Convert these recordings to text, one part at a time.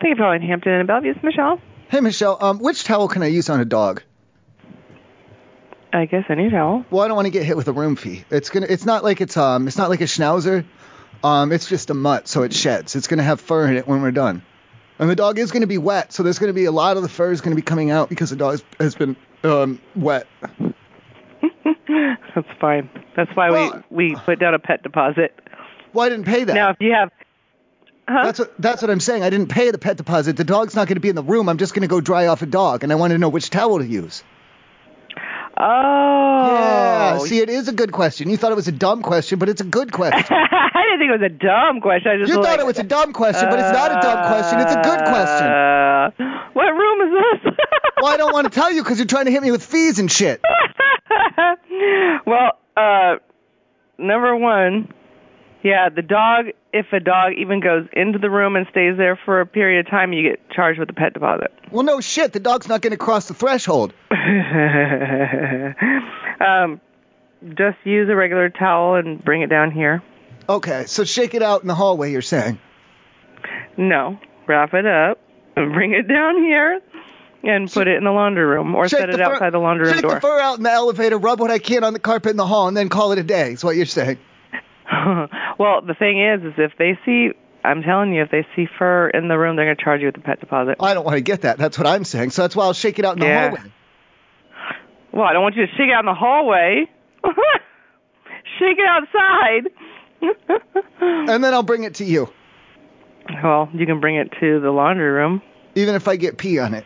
Thank you for calling Hampton and Bellevue. It's Michelle. Hey, Michelle, um, which towel can I use on a dog? I guess any towel. Well, I don't want to get hit with a room fee. It's gonna. It's not like it's um. It's not like a schnauzer. Um, it's just a mutt, so it sheds. It's gonna have fur in it when we're done. And the dog is gonna be wet, so there's gonna be a lot of the fur is gonna be coming out because the dog has- has been um wet. That's fine. That's why we we put down a pet deposit. Well, I didn't pay that. Now, if you have, That's what that's what I'm saying. I didn't pay the pet deposit. The dog's not gonna be in the room. I'm just gonna go dry off a dog, and I want to know which towel to use. oh, Yeah. See, it is a good question. You thought it was a dumb question, but it's a good question. I didn't think it was a dumb question. I just You was thought like, it was a dumb question, but it's not a dumb question. It's a good question. Uh, what room is this? well, I don't want to tell you because you're trying to hit me with fees and shit. Oh, well, uh, number one, yeah, the dog. If a dog even goes into the room and stays there for a period of time, you get charged with a pet deposit. Well, no shit. The dog's not going to cross the threshold. um, just use a regular towel and bring it down here. Okay, so shake it out in the hallway, you're saying. No, wrap it up and bring it down here and put it in the laundry room or Shake set it the fur- outside the laundry room Shake the door. fur out in the elevator, rub what I can on the carpet in the hall, and then call it a day, is what you're saying. well, the thing is, is if they see, I'm telling you, if they see fur in the room, they're gonna charge you with a pet deposit. I don't want to get that. That's what I'm saying. So that's why I'll shake it out in the Yeah. hallway. Well, I don't want you to shake it out in the hallway. shake it outside. And then I'll bring it to you, Well, you can bring it to the laundry room. even if I get pee on it.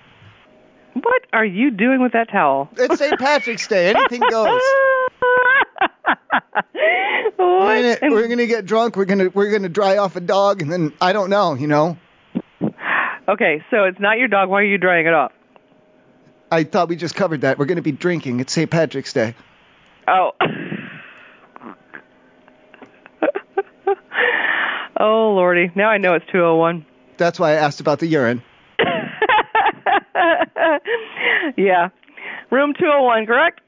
What are you doing with that towel? It's St. Patrick's Day. Anything goes. What? We're gonna, we're gonna get drunk. We're gonna we're gonna dry off a dog, and then I don't know. You know, Okay, so it's not your dog. Why are you drying it off? I thought we just covered that. We're gonna be drinking. It's St. Patrick's Day. Oh. oh, Lordy. Now I know it's 201. That's why I asked about the urine. yeah. Room 201, correct?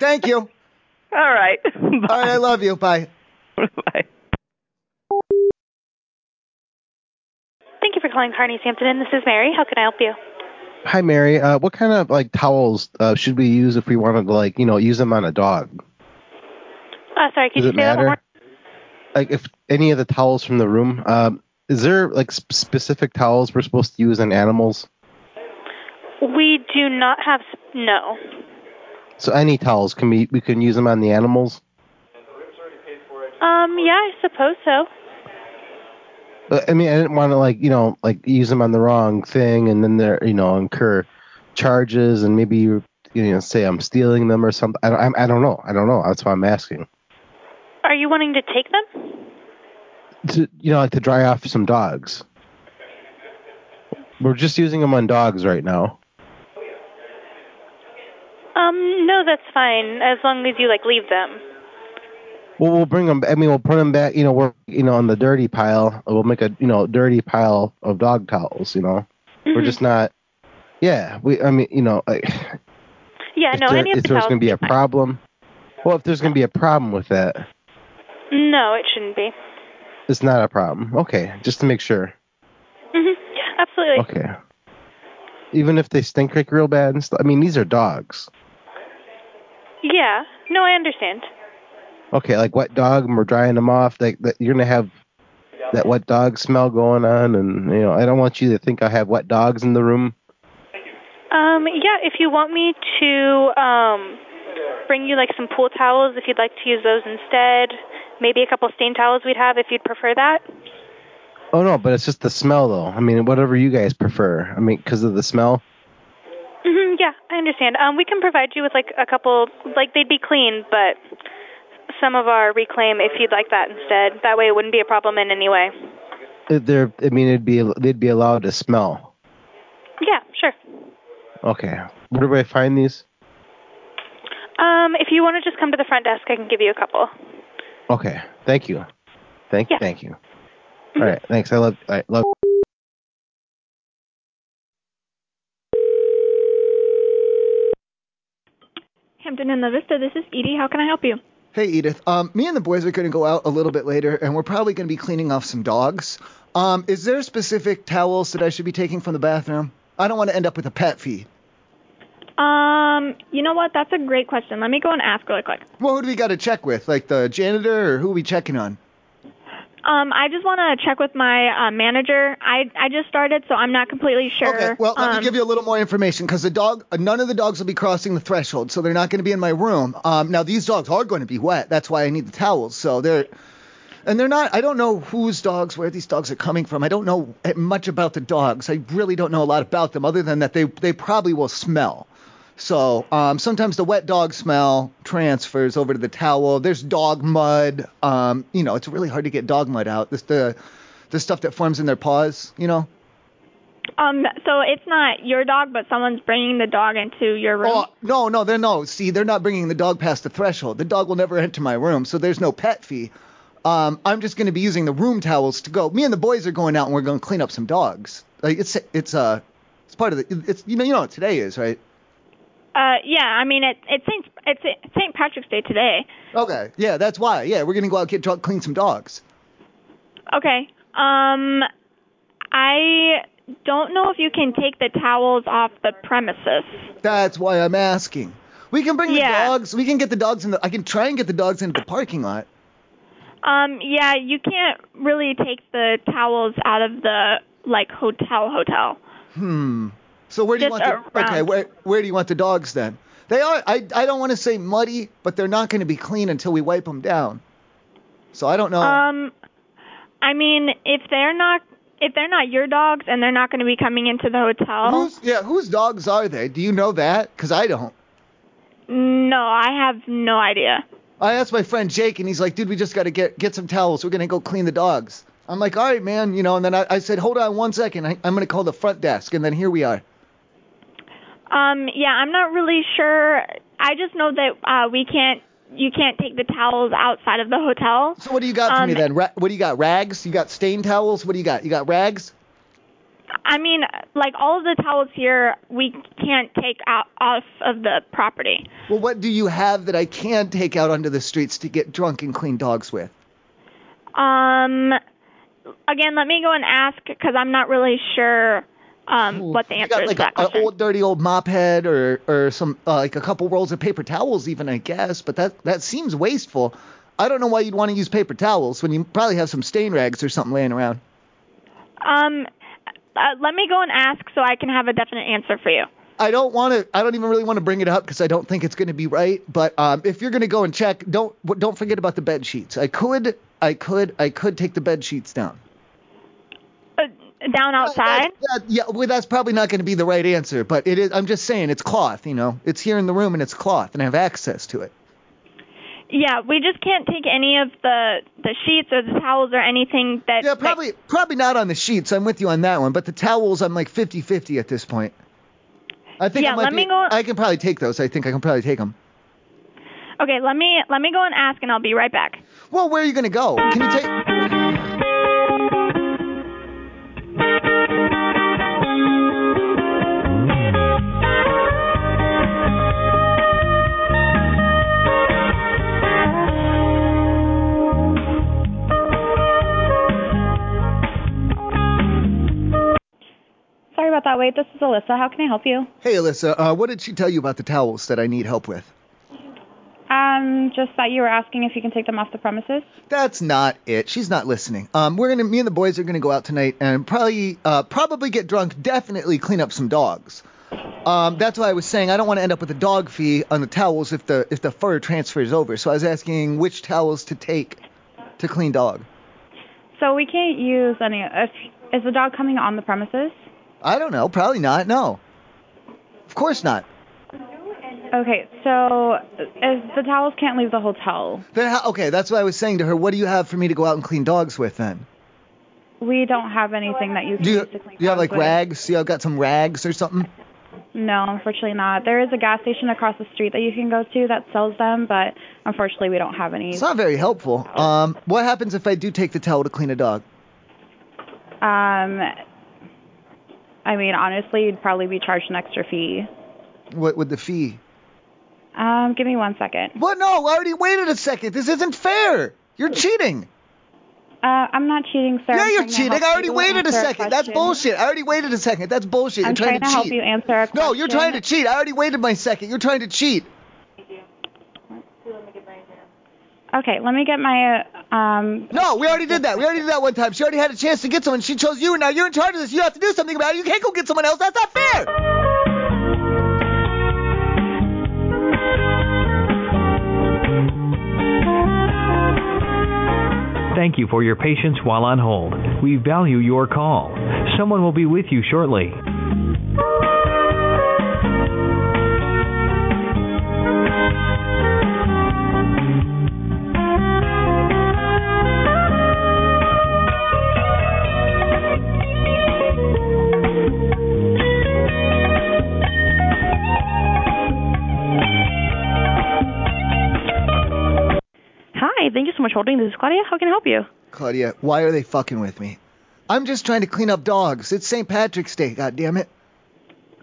Thank you. All right. All right, I love you. Bye. Bye. Thank you for calling Carney's Hampton Inn. This is Mary. How can I help you? Hi, Mary. Uh, what kind of like towels uh, should we use if we wanted to like you know use them on a dog? Uh, sorry, could Does you it say that one more? matter? Like if any of the towels from the room, um, is there like sp- specific towels we're supposed to use on animals? We do not have s- no. So any towels can we we can use them on the animals? Um, yeah, I suppose so. Uh, I mean, I didn't want to like you know like use them on the wrong thing and then they're you know incur charges and maybe you know say I'm stealing them or something. I don't, I'm- I don't know. I don't know. That's why I'm asking. Are you wanting to take them? to you know like to dry off some dogs. We're just using them on dogs right now. Um, no, that's fine as long as you like leave them. Well, we'll bring them. I mean, we'll put them back. You know, we're you know on the dirty pile. We'll make a you know dirty pile of dog towels. You know, we're Mhm. just not. Yeah, we. I mean, you know, like, Yeah, if, no, there, any of if the there's towels. gonna be a problem, well, if there's gonna be a problem with that, No, it shouldn't be. it's not a problem. Okay, just to make sure. hmm Absolutely. Okay. Even if they stink like real bad and stuff. I mean, these are dogs. Yeah. No, I understand. Okay, like wet dog, and we're drying them off. Like that, you're gonna have that wet dog smell going on, and you know, I don't want you to think I have wet dogs in the room. Um, yeah, if you want me to um bring you like some pool towels if you'd like to use those instead, maybe a couple stain towels we'd have if you'd prefer that. Oh no, but it's just the smell, though. I mean, whatever you guys prefer. I mean, because of the smell. hmm Mm-hmm. yeah, I understand. Um, we can provide you with like a couple, like they'd be clean, but some of our reclaim if you'd like that instead. That way it wouldn't be a problem in any way. It- They're, I mean, it'd be they'd be allowed to smell. Yeah, sure. Okay, where do I find these? Um, if you want to just come to the front desk, I can give you a couple. Okay, thank you, thank you, Yeah. thank you. All right, thanks. I love, I love. Hampton in La Vista, this is Edie. How can I help you? Hey Edith. Um, me and the boys are gonna go out a little bit later, and we're probably gonna be cleaning off some dogs. Um, is there specific towels that I should be taking from the bathroom? I don't want to end up with a pet fee. Um, you know what? That's a great question. Let me go and ask really quick. Well, who do we got to check with? Like the janitor, or who are we checking on? Um, I just want to check with my uh, manager. I I just started, so I'm not completely sure. Okay, well, let um, me give you a little more information because the dog, uh, none of the dogs will be crossing the threshold, so they're not going to be in my room. Um, now these dogs are going to be wet. That's why I need the towels. So they're, and they're not. I don't know whose dogs, where these dogs are coming from. I don't know eh, much about the dogs. I really don't know a lot about them, other than that they they probably will smell. So um, sometimes the wet dog smell transfers over to the towel. There's dog mud. Um, you know, it's really hard to get dog mud out. This the the stuff that forms in their paws. You know. Um, so it's not your dog, but someone's bringing the dog into your room. Oh no, no, they're no. See, they're not bringing the dog past the threshold. The dog will never enter my room, so there's no pet fee. Um, I'm just going to be using the room towels to go. Me and the boys are going out, and we're going to clean up some dogs. Like it's it's uh it's part of the it's you know you know what today is right. Uh, yeah, I mean it, it's Saint, it's St. Patrick's Day today. Okay. Yeah, that's why. Yeah, we're going to go out get drunk, clean some dogs. Okay. Um, I don't know if you can take the towels off the premises. That's why I'm asking. We can bring Yeah. the dogs. We can get the dogs in the. I can try and get the dogs into the parking lot. Um, yeah, you can't really take the towels out of the like hotel hotel. Hmm. So where do you Just want the, around. okay, where where do you want the dogs then? They are I I don't want to say muddy, but they're not going to be clean until we wipe them down. So I don't know. Um, I mean if they're not if they're not your dogs and they're not going to be coming into the hotel, Whose yeah, whose dogs are they? Do you know that? Cuz I don't. no, I have no idea. I asked my friend Jake, and he's like, "Dude, we just got to get get some towels. We're gonna go clean the dogs." I'm like, "All right, man," you know. And then I, I said, "Hold on one second. I, I'm gonna call the front desk." And then here we are. Um, yeah, I'm not really sure. I just know that uh, we can't you can't take the towels outside of the hotel. So what do you got for Um, me then? Ra- what do you got? Rags? You got stain towels? What do you got? You got rags? I mean, like all of the towels here, we can't take out off of the property. Well, what do you have that I can take out onto the streets to get drunk and clean dogs with? Um, again, let me go and ask because I'm not really sure um what the You answer got is like to that a, an question. old dirty old mop head or or some uh, like a couple rolls of paper towels even I guess, but that that seems wasteful. I don't know why you'd want to use paper towels when you probably have some stain rags or something laying around. Um, uh, let me go and ask so I can have a definite answer for you. I don't want to. I don't even really want to bring it up because I don't think it's going to be right. But um, if you're going to go and check, don't w- don't forget about the bed sheets. I could, I could, I could take the bed sheets down. Uh, down outside. That- yeah, well, that's probably not going to be the right answer. But it is. I'm just saying, it's cloth. You know, it's here in the room and it's cloth, and I have access to it. Yeah, we just can't take any of the the sheets or the towels or anything that. Yeah, that- probably probably not on the sheets. I'm with you on that one. But the towels, I'm like 50-50 at this point. I think Yeah, I might let me be- go- I can probably take those. I think I can probably take them. okay, let me let me go and ask, and I'll be right back. Well, where are you going to go? Can you take? Sorry about that wait. This is Alyssa. How can I help you? Hey, Alyssa, uh, what did she tell you about the towels that I need help with? Um, just that you were asking if you can take them off the premises. That's not it. She's not listening. Um, we're gonna, me and the boys are gonna go out tonight and probably, uh, probably get drunk. Definitely clean up some dogs. Um, that's why I was saying I don't want to end up with a dog fee on the towels if the if the fur transfers over. So I was asking which towels to take to clean dog. So we can't use any. If, is the dog coming on the premises? I don't know. Probably not. No. Of course not. Okay, so if the towels can't leave the hotel. Then how, okay, that's what I was saying to her. What do you have for me to go out and clean dogs with then? We don't have anything that you can Do you, use to do clean you have dogs like with. rags? Do you have got some rags or something? No, unfortunately not. There is a gas station across the street that you can go to that sells them, but unfortunately we don't have any. It's not very helpful. Um, what happens if I do take the towel to clean a dog? Um, I mean, honestly, you'd probably be charged an extra fee. What would the fee? Um, give me one second. What? No, I already waited a second. This isn't fair. You're cheating. Uh, I'm not cheating, sir. Yeah, I'm you're trying to cheating. help I already you waited a answer second. That's question. bullshit. I already waited a second. That's bullshit. I'm you're trying trying, to help cheat. you answer a No, you're trying to question. cheat. I already waited my second. You're trying to cheat. Okay, let me get my uh, um. No, we already did that. We already did that one time. She already had a chance to get someone. She chose you, and now you're in charge of this. You have to do something about it. You can't go get someone else. That's not fair. Thank you for your patience while on hold. We value your call. Someone will be with you shortly. Hi, thank you so much for holding. This is Claudia. How can I help you? Claudia, why are they fucking with me? I'm just trying to clean up dogs. It's St. Patrick's Day. God damn it.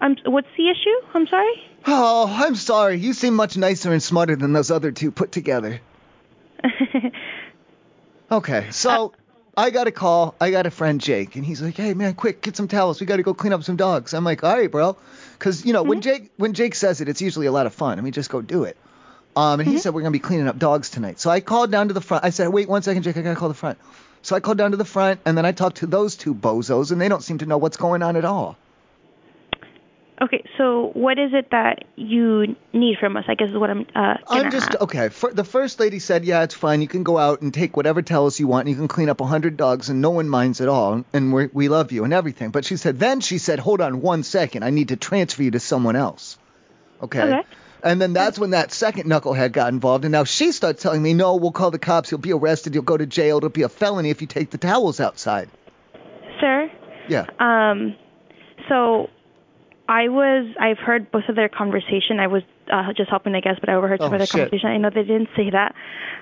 I'm. What's the issue? I'm sorry. Oh, I'm sorry. You seem much nicer and smarter than those other two put together. Okay, Uh, so I got a call. I got a friend, Jake, and he's like, "Hey, man, quick, get some towels. We got to go clean up some dogs." I'm like, "All right, bro," because you know when Mm-hmm. Jake when Jake says it, it's usually a lot of fun. I mean, just go do it. Um, and he said we're gonna be cleaning up dogs tonight. So I called down to the front. I said, "Wait one second, Jake. I gotta call the front." So I called down to the front, and then I talked to those two bozos, and they don't seem to know what's going on at all. Okay, so what is it that you need from us? I guess is what I'm. Uh, gonna I'm just ask. okay. For, the first lady said, "Yeah, it's fine. You can go out and take whatever towels you want. And you can clean up 100 dogs, and no one minds at all. And we we love you and everything." But she said, then she said, "Hold on one second. I need to transfer you to someone else." Okay. Okay. And then that's when that second knucklehead got involved, and now she starts telling me, "No, we'll call the cops. You'll be arrested. You'll go to jail. It'll be a felony if you take the towels outside." sir. Yeah. Um, so I was. I've heard both of their conversation. I was uh, just helping, I guess, but I overheard some Oh, of their shit. conversation. I know they didn't say that.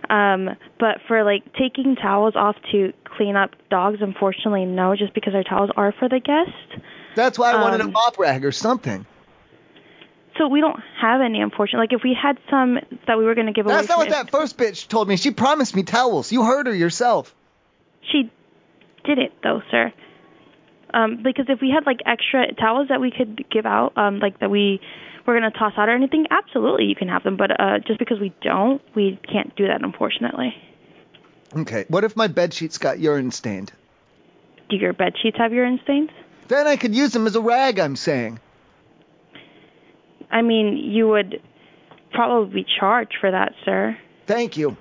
Um, but for like taking towels off to clean up dogs, unfortunately, no, just because our towels are for the guest. That's why I wanted a Um, mop rag or something. So we don't have any, unfortunately. Like if we had some that we were going to give away. That's not for- what that first bitch told me. She promised me towels. You heard her yourself. She didn't, though, sir. Um, because if we had like extra towels that we could give out, um, like that we were gonna toss out or anything, absolutely you can have them. But uh, just because we don't, we can't do that, unfortunately. Okay. What if my bed sheets got urine stained? Do your bed sheets have urine stains? Then I could use them as a rag, I'm saying. I mean, you would probably be charged for that, sir. Thank you.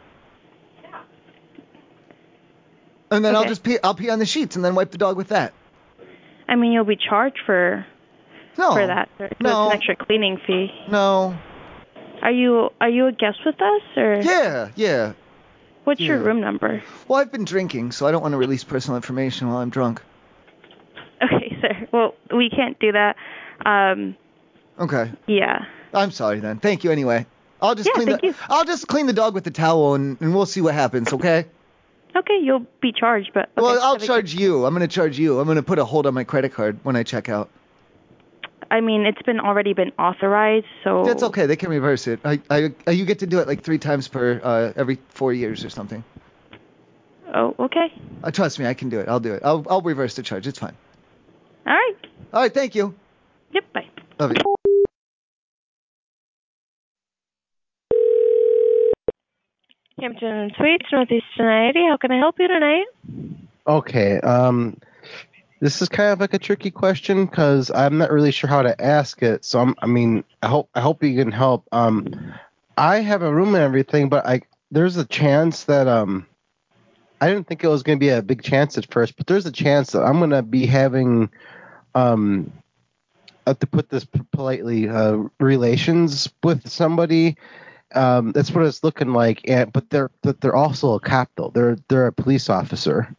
And then I'll Okay. just pee I'll pee on the sheets and then wipe the dog with that. I mean, you'll be charged for No. for that, sir. 'cause No. It's an extra cleaning fee. No. Are you are you a guest with us or? Yeah, yeah. What's your Yeah. room number? Well, I've been drinking, so I don't want to release personal information while I'm drunk. Okay, sir. Well, we can't do that. Um, Okay. yeah. I'm sorry then. Thank you anyway. I'll just Yeah, clean thank the you. I'll just clean the dog with the towel and, and we'll see what happens, okay? Okay, you'll be charged, but okay, well, I'll have a- charge you. I'm going to charge you. I'm going to put a hold on my credit card when I check out. I mean, it's been already been authorized, so That's okay. They can reverse it. I, I, I- you get to do it like three times per uh, every four years or something. Oh, okay. Uh, trust me, I can do it. I'll do it. I'll, I'll reverse the charge. It's fine. All right. All right. Thank you. Yep. Bye. Love you. Hampton Suites, Northeastern Area. How can I help you tonight? Okay. Um, this is kind of like a tricky question because I'm not really sure how to ask it. So I'm, I mean, I hope I hope you can help. Um, I have a room and everything, but I there's a chance that um, I didn't think it was going to be a big chance at first, but there's a chance that I'm going to be having um, uh, to put this politely, uh, relations with somebody. Um, that's what it's looking like, and but they're but they're also a cop though. They're they're a police officer.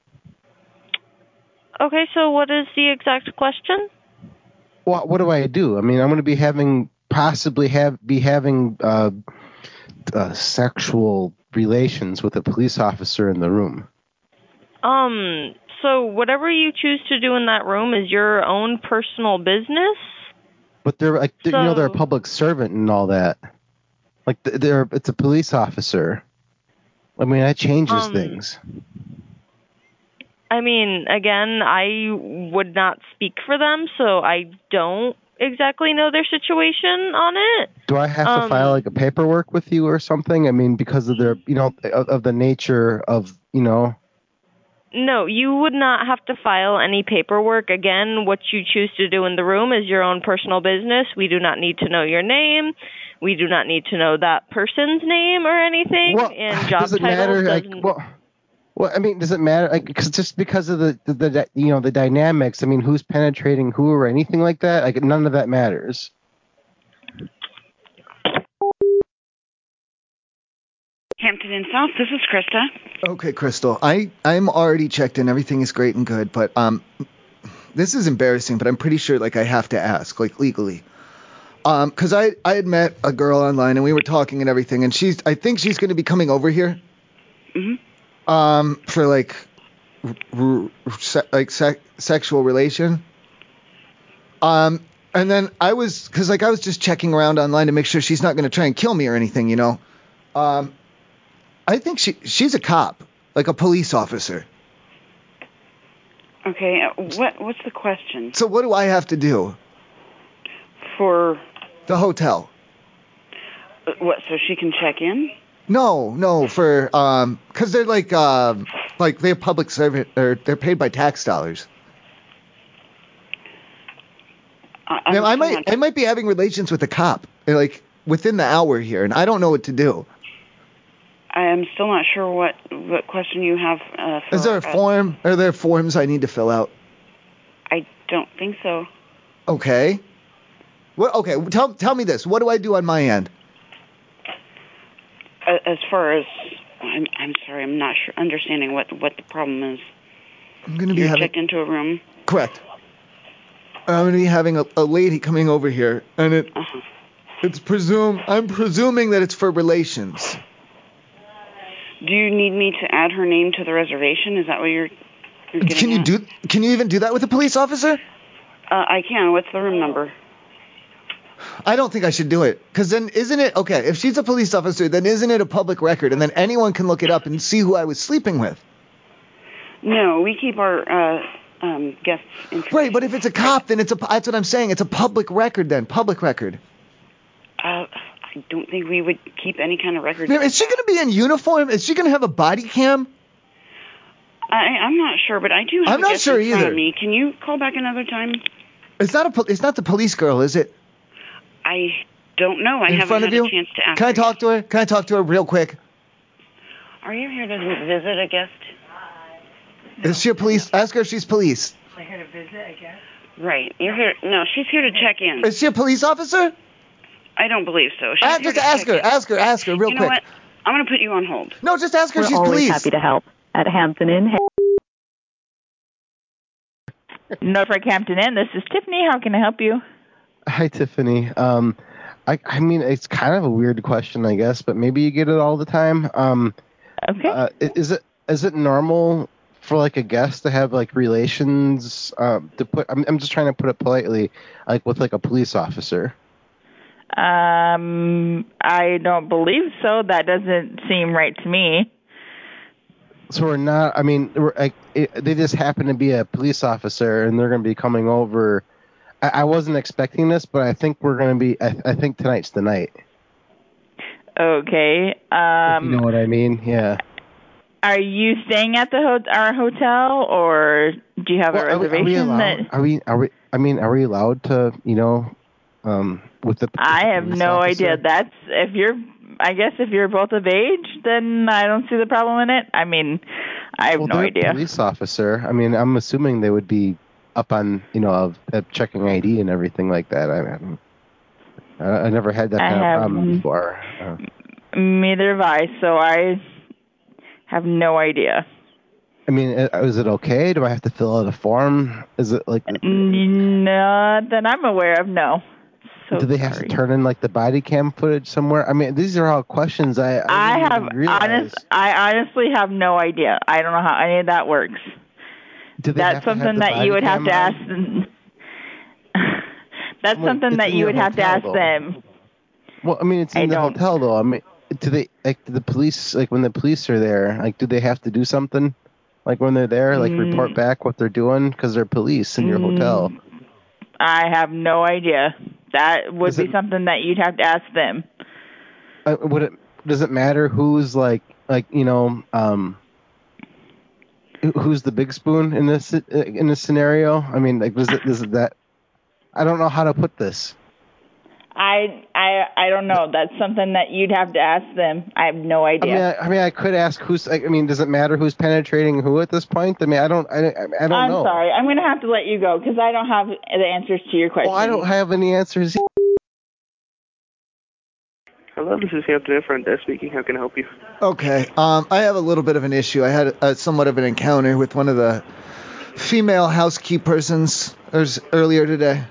Okay, so what is the exact question? what what do I do? I mean, I'm going to be having possibly have be having uh, uh, sexual relations with a police officer in the room. Um, so whatever you choose to do in that room is your own personal business. But they're like they're, you know they're a So- public servant and all that. Like th- they're it's a police officer. I mean that changes Um, things. I mean, again, I would not speak for them, so I don't exactly know their situation on it. Do I have to Um, file like a paperwork with you or something? I mean, because of their, you know, of, of the nature of, you know, No, you would not have to file any paperwork. Again, what you choose to do in the room is your own personal business. We do not need to know your name. We do not need to know that person's name or anything. Well, and job does it title matter? Like, doesn't. well, well, I mean, does it matter? Like, cause just because of the, the, the, you know, the dynamics. I mean, who's penetrating who or anything like that? Like, none of that matters. Hampton Inn South, this is Krista. Okay, Crystal. I I'm already checked in. Everything is great and good, but um, this is embarrassing. But I'm pretty sure like I have to ask, like legally, um, because I I had met a girl online and we were talking and everything, and she's I think she's going to be coming over here, mm-hmm. um, for like, r- r- se- like se- sexual relation. Um, and then I was because like I was just checking around online to make sure she's not going to try and kill me or anything, you know. Um, I think she she's a cop, like a police officer. Okay, uh, what what's the question So what do I have to do? for The hotel. uh, what? So she can check in. No, no, for um, cause they're like um, like they're public servant or they're paid by tax dollars. I, Now, I might I might be having relations with a cop uh, like within the hour here, and I don't know what to do. I am still not sure what what question you have. Uh, for, Is there a uh, form? Are there forms I need to fill out? I don't think so. Okay. What? Okay. Tell tell me this. What do I do on my end? Uh, as far as I'm, I'm sorry, I'm not sure understanding what what the problem is. I'm gonna be You're having checked into a room. Correct. I'm gonna be having a, a lady coming over here, and it Mm-hmm. it's presume I'm presuming that it's for relations. Do you need me to add her name to the reservation? Is that what you're? you're getting Can you at? do Can you even do that with a police officer? Uh, I can. What's the room number? I don't think I should do it, cause then isn't it okay? If she's a police officer, then isn't it a public record, and then anyone can look it up and see who I was sleeping with? No, we keep our uh, um, guests. In, Right, but if it's a cop, then it's a that's what I'm saying. It's a public record then, public record. uh, I don't think we would keep any kind of record. Now, Is she gonna be in uniform? Is she gonna have a body cam? I, I'm not sure, but I do have I'm a not guest sure in front either. of me. Can you call back another time? It's not a pol- it's not the police girl, is it? I don't know. I in haven't front had of you? a chance to ask. Can I talk to her? Can I talk to her real quick? Are you here to visit a guest? Is she a police? Ask her if she's police. I'm here to visit, I guess. Right. You're here. No, she's here to check in. Is she a police officer? I don't believe so. She's Ah, here just to ask check her. in. Ask her. Ask her real You know quick. what? I'm going to put you on hold. No, just ask her We're if she's always police. happy to help at Hampton Inn. Norfolk Hampton Inn. This is Tiffany. How can I help you? Hi, Tiffany. Um, I, I mean, it's kind of a weird question, I guess, but maybe you get it all the time. Um, okay. Uh, i- is it is it normal for like a guest to have like relations um, to put? I'm I'm just trying to put it politely, like with like a police officer. Um, I don't believe so. That doesn't seem right to me. So we're not. I mean, we're, like it, they just happen to be a police officer, and they're going to be coming over. I, I wasn't expecting this, but I think we're going to be. I, I think tonight's the night. Okay. Um, you know what I mean? Yeah. are you staying at the ho- our hotel, or do you have Well, a are we- are we reservation? that allowed- Are we? Are we? I mean, are we allowed to? You know, um, with the. I have police no officer? idea. That's if you're. I guess if you're both of age, then I don't see the problem in it. I mean, I have well, no they're a idea. Police officer. I mean, I'm assuming they would be up on you know of, of checking ID and everything like that. I haven't. I, I never had that I kind of have- problem before. Uh, Neither have I, so I have no idea. I mean, i- is it okay? Do I have to fill out a form? Is it like? Mm, Not that I'm aware of, no. So do they have to turn in like the body cam footage somewhere? I mean, these are all questions I. I didn't have even realize. honest. I honestly have no idea. I don't know how any of that works. Do they That's have to have something the that body you would have cam to on? ask. That's Well, something it's that in you your would have to hotel, ask though. them. Well, I mean, it's in the hotel though. I mean, do they like do the police like when the police are there? Like, do they have to do something? Like when they're there, like Mm. report back what they're doing because they're police in your Mm. hotel. I have no idea. That would be something that you'd have to ask them. Uh, would it? Does it matter who's like like you know um who- who's the big spoon in this uh, in this scenario? I mean, like was it is it that? I don't know how to put this. I I I don't know. That's something that you'd have to ask them. I have no I mean, idea. I, I mean, I could ask who's. I I mean, does it matter who's penetrating who at this point? I mean, I don't. I, I- I don't am know. sorry. I'm gonna have to let you go because I don't have the answers to your question. Well, I don't have any answers. Hello, this is Hampton in front desk speaking. How can I help you? Okay. Um, I have a little bit of an issue. I had a, somewhat of an encounter with one of the female housekeepers earlier today.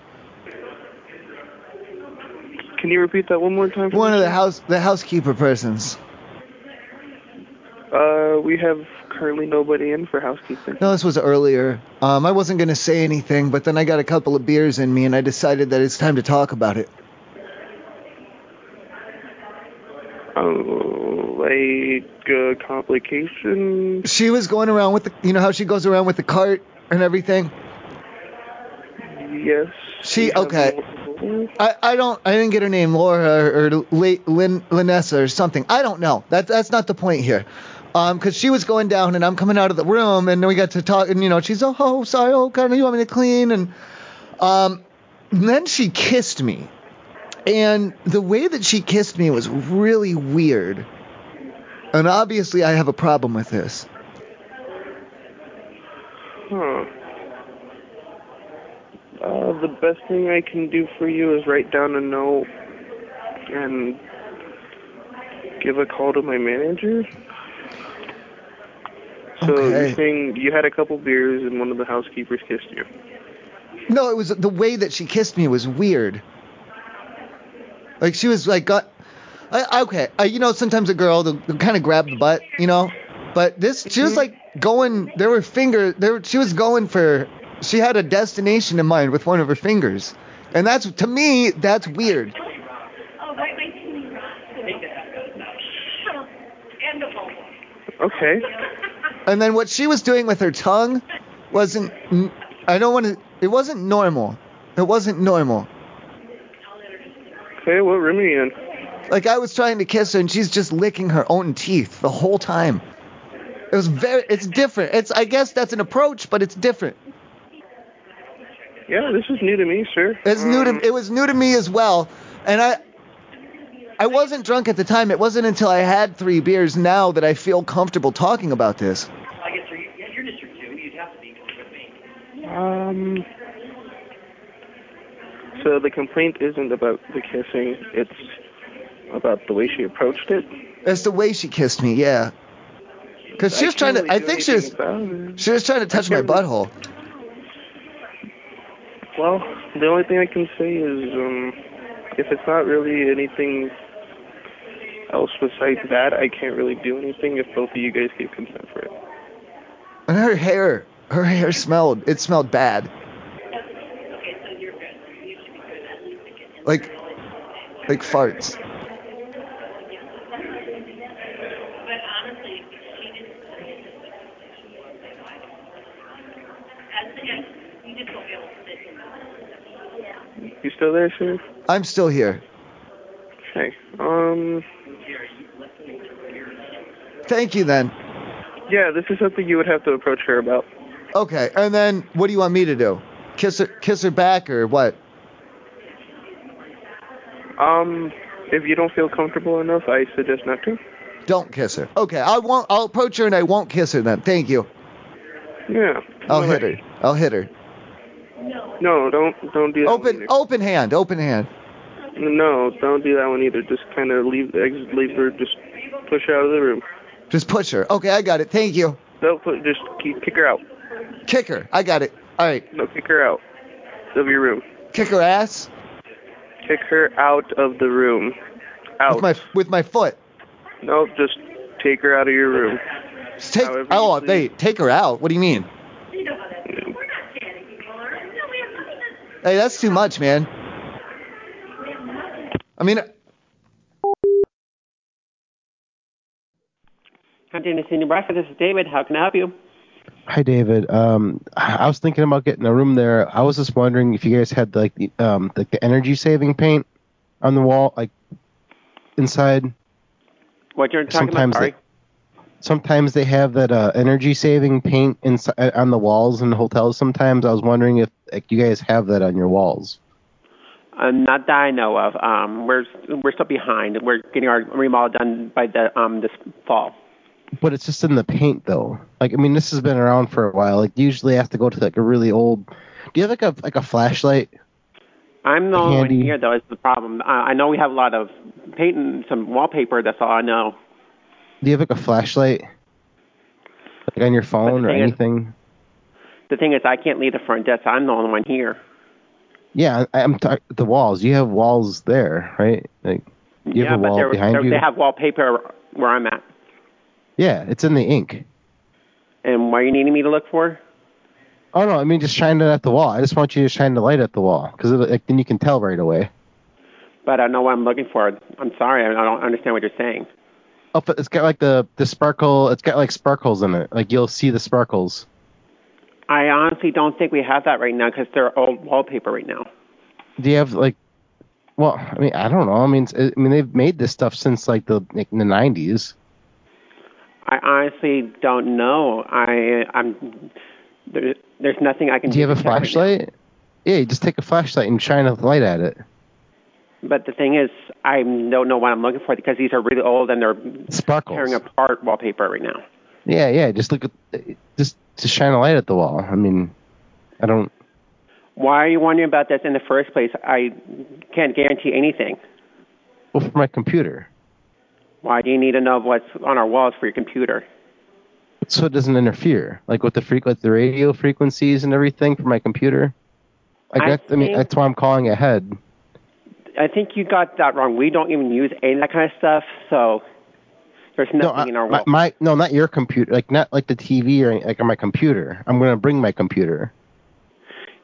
Can you repeat that one more time? for One me, of the sir? house the housekeeper persons. Uh, we have currently nobody in for housekeeping. No, this was earlier. Um, I wasn't gonna say anything, but then I got a couple of beers in me, and I decided that it's time to talk about it. Oh, like uh, complication? She was going around with the, you know how she goes around with the cart and everything. Yes. She okay. I, I don't I didn't get her name Laura or, or Lin, Lin, Linessa or something. I don't know. That that's not the point here. Um, cause she was going down and I'm coming out of the room and we got to talk and you know she's oh, oh sorry oh God you want me to clean and um and then she kissed me and the way that she kissed me was really weird and obviously I have a problem with this. Huh. Uh, the best thing I can do for you is write down a note and give a call to my manager. So Okay. you're saying you had a couple beers and one of the housekeepers kissed you. No, it was the way that she kissed me was weird. Like she was like got. I, I- okay, I, you know sometimes a girl will kind of grab the butt, you know, but this she was like going. There were finger. There were- she was going for. She had a destination in mind with one of her fingers, and that's to me that's weird. Okay. And then what she was doing with her tongue wasn't. I don't want to. It wasn't normal. It wasn't normal. Okay, what room are you in? Like I was trying to kiss her and she's just licking her own teeth the whole time. It was very it's different. It's I guess that's an approach, but it's different. Yeah, this is new to me, sir. Um, It's new to it was new to me as well. And I I wasn't drunk at the time. It wasn't until I had 3 beers now that I feel comfortable talking about this. I guess you're, yeah, you're District 2. You'd have to be with me. Um. So the complaint isn't about the kissing; it's about the way she approached it. It's the way she kissed me, yeah. Cuz she was trying to I think she was she was trying to touch my butthole. Well, the only thing I can say is, um, if it's not really anything else besides that, I can't really do anything if both of you guys give consent for it. And her hair, her hair smelled. It smelled bad. Like, like farts. You still there, sir? I'm still here. Okay. Um. Thank you then. Yeah, this is something you would have to approach her about. Okay, and then what do you want me to do? Kiss her, kiss her back or what? Um, if you don't feel comfortable enough, I suggest not to. Don't kiss her. Okay, I won't. I'll approach her and I won't kiss her then. Thank you. Yeah. I'll hit her. I'll hit her. No, don't don't do that. Open open hand. Open hand. No, don't do that one either. Just kind of leave ex- leave her. Just push her out of the room. Just push her. Okay, I got it. Thank you. Don't put. Just keep, kick her out. Kick her. I got it. All right. No, kick her out of your room. Kick her ass Kick her out of the room. Out. with my with my foot. No, just take her out of your room. Just take. Oh, they take her out. What do you mean? Hey, that's too much, man. I mean, Hampton in Nebraska. This is David. How can I help you? Hi, David. Um, I I was thinking about getting a room there. I was just wondering if you guys had like the um like the energy saving paint on the wall, like inside. What you're talking Sometimes about? Sorry. they- Sometimes they have that uh, energy saving paint inside on the walls in hotels. Sometimes I was wondering if like you guys have that on your walls. Uh, not that I know of. Um, we're we're still behind. We're getting our remodel done by the um this fall. But it's just in the paint though. Like I mean, this has been around for a while. Like usually I have to go to like a really old. Do you have like a like a flashlight? I'm the only one Handy. here though. Is the problem? Uh, I know we have a lot of paint and some wallpaper. That's all I know. Do you have like a flashlight? Like on your phone or thing is- anything? The thing is, I can't leave the front desk. I'm the only one here. Yeah, I- I'm talking the walls. You have walls there, right? Like you yeah, have a but wall they're- behind they're- you. they have wallpaper where I'm at. yeah, it's in the ink. And what are you needing me to look for? Oh no, I mean just shine it at the wall. I just want you to shine the light at the wall because like, then you can tell right away. But I know what I'm looking for. I'm sorry, I don't understand what you're saying. Up, Oh, it's got like the the sparkle. It's got like sparkles in it. Like you'll see the sparkles. I honestly don't think we have that right now because they're old wallpaper right now. Do you have like? Well, I mean, I don't know. I mean, it's- I mean, they've made this stuff since like the like, the '90s. I honestly don't know. I I'm there, there's nothing I can Do you have a to tell right now. flashlight? Yeah, you just take a flashlight and shine a light at it. But the thing is, I don't know what I'm looking for because these are really old and they're Sparkles. tearing apart wallpaper right now. Yeah, yeah. Just look at, just to shine a light at the wall. I mean, I don't. Why are you wondering about this in the first place? I can't guarantee anything. Well, for my computer, Why do you need to know what's on our walls for your computer? so it doesn't interfere, like with the frequ- with the radio frequencies and everything for my computer. Like I that, I mean, think- that's why I'm calling ahead. I think you got that wrong. We don't even use any of that kind of stuff, so there's nothing in our My, wall. my no, not your computer, like not like the TV or any- like on my computer. I'm gonna bring my computer.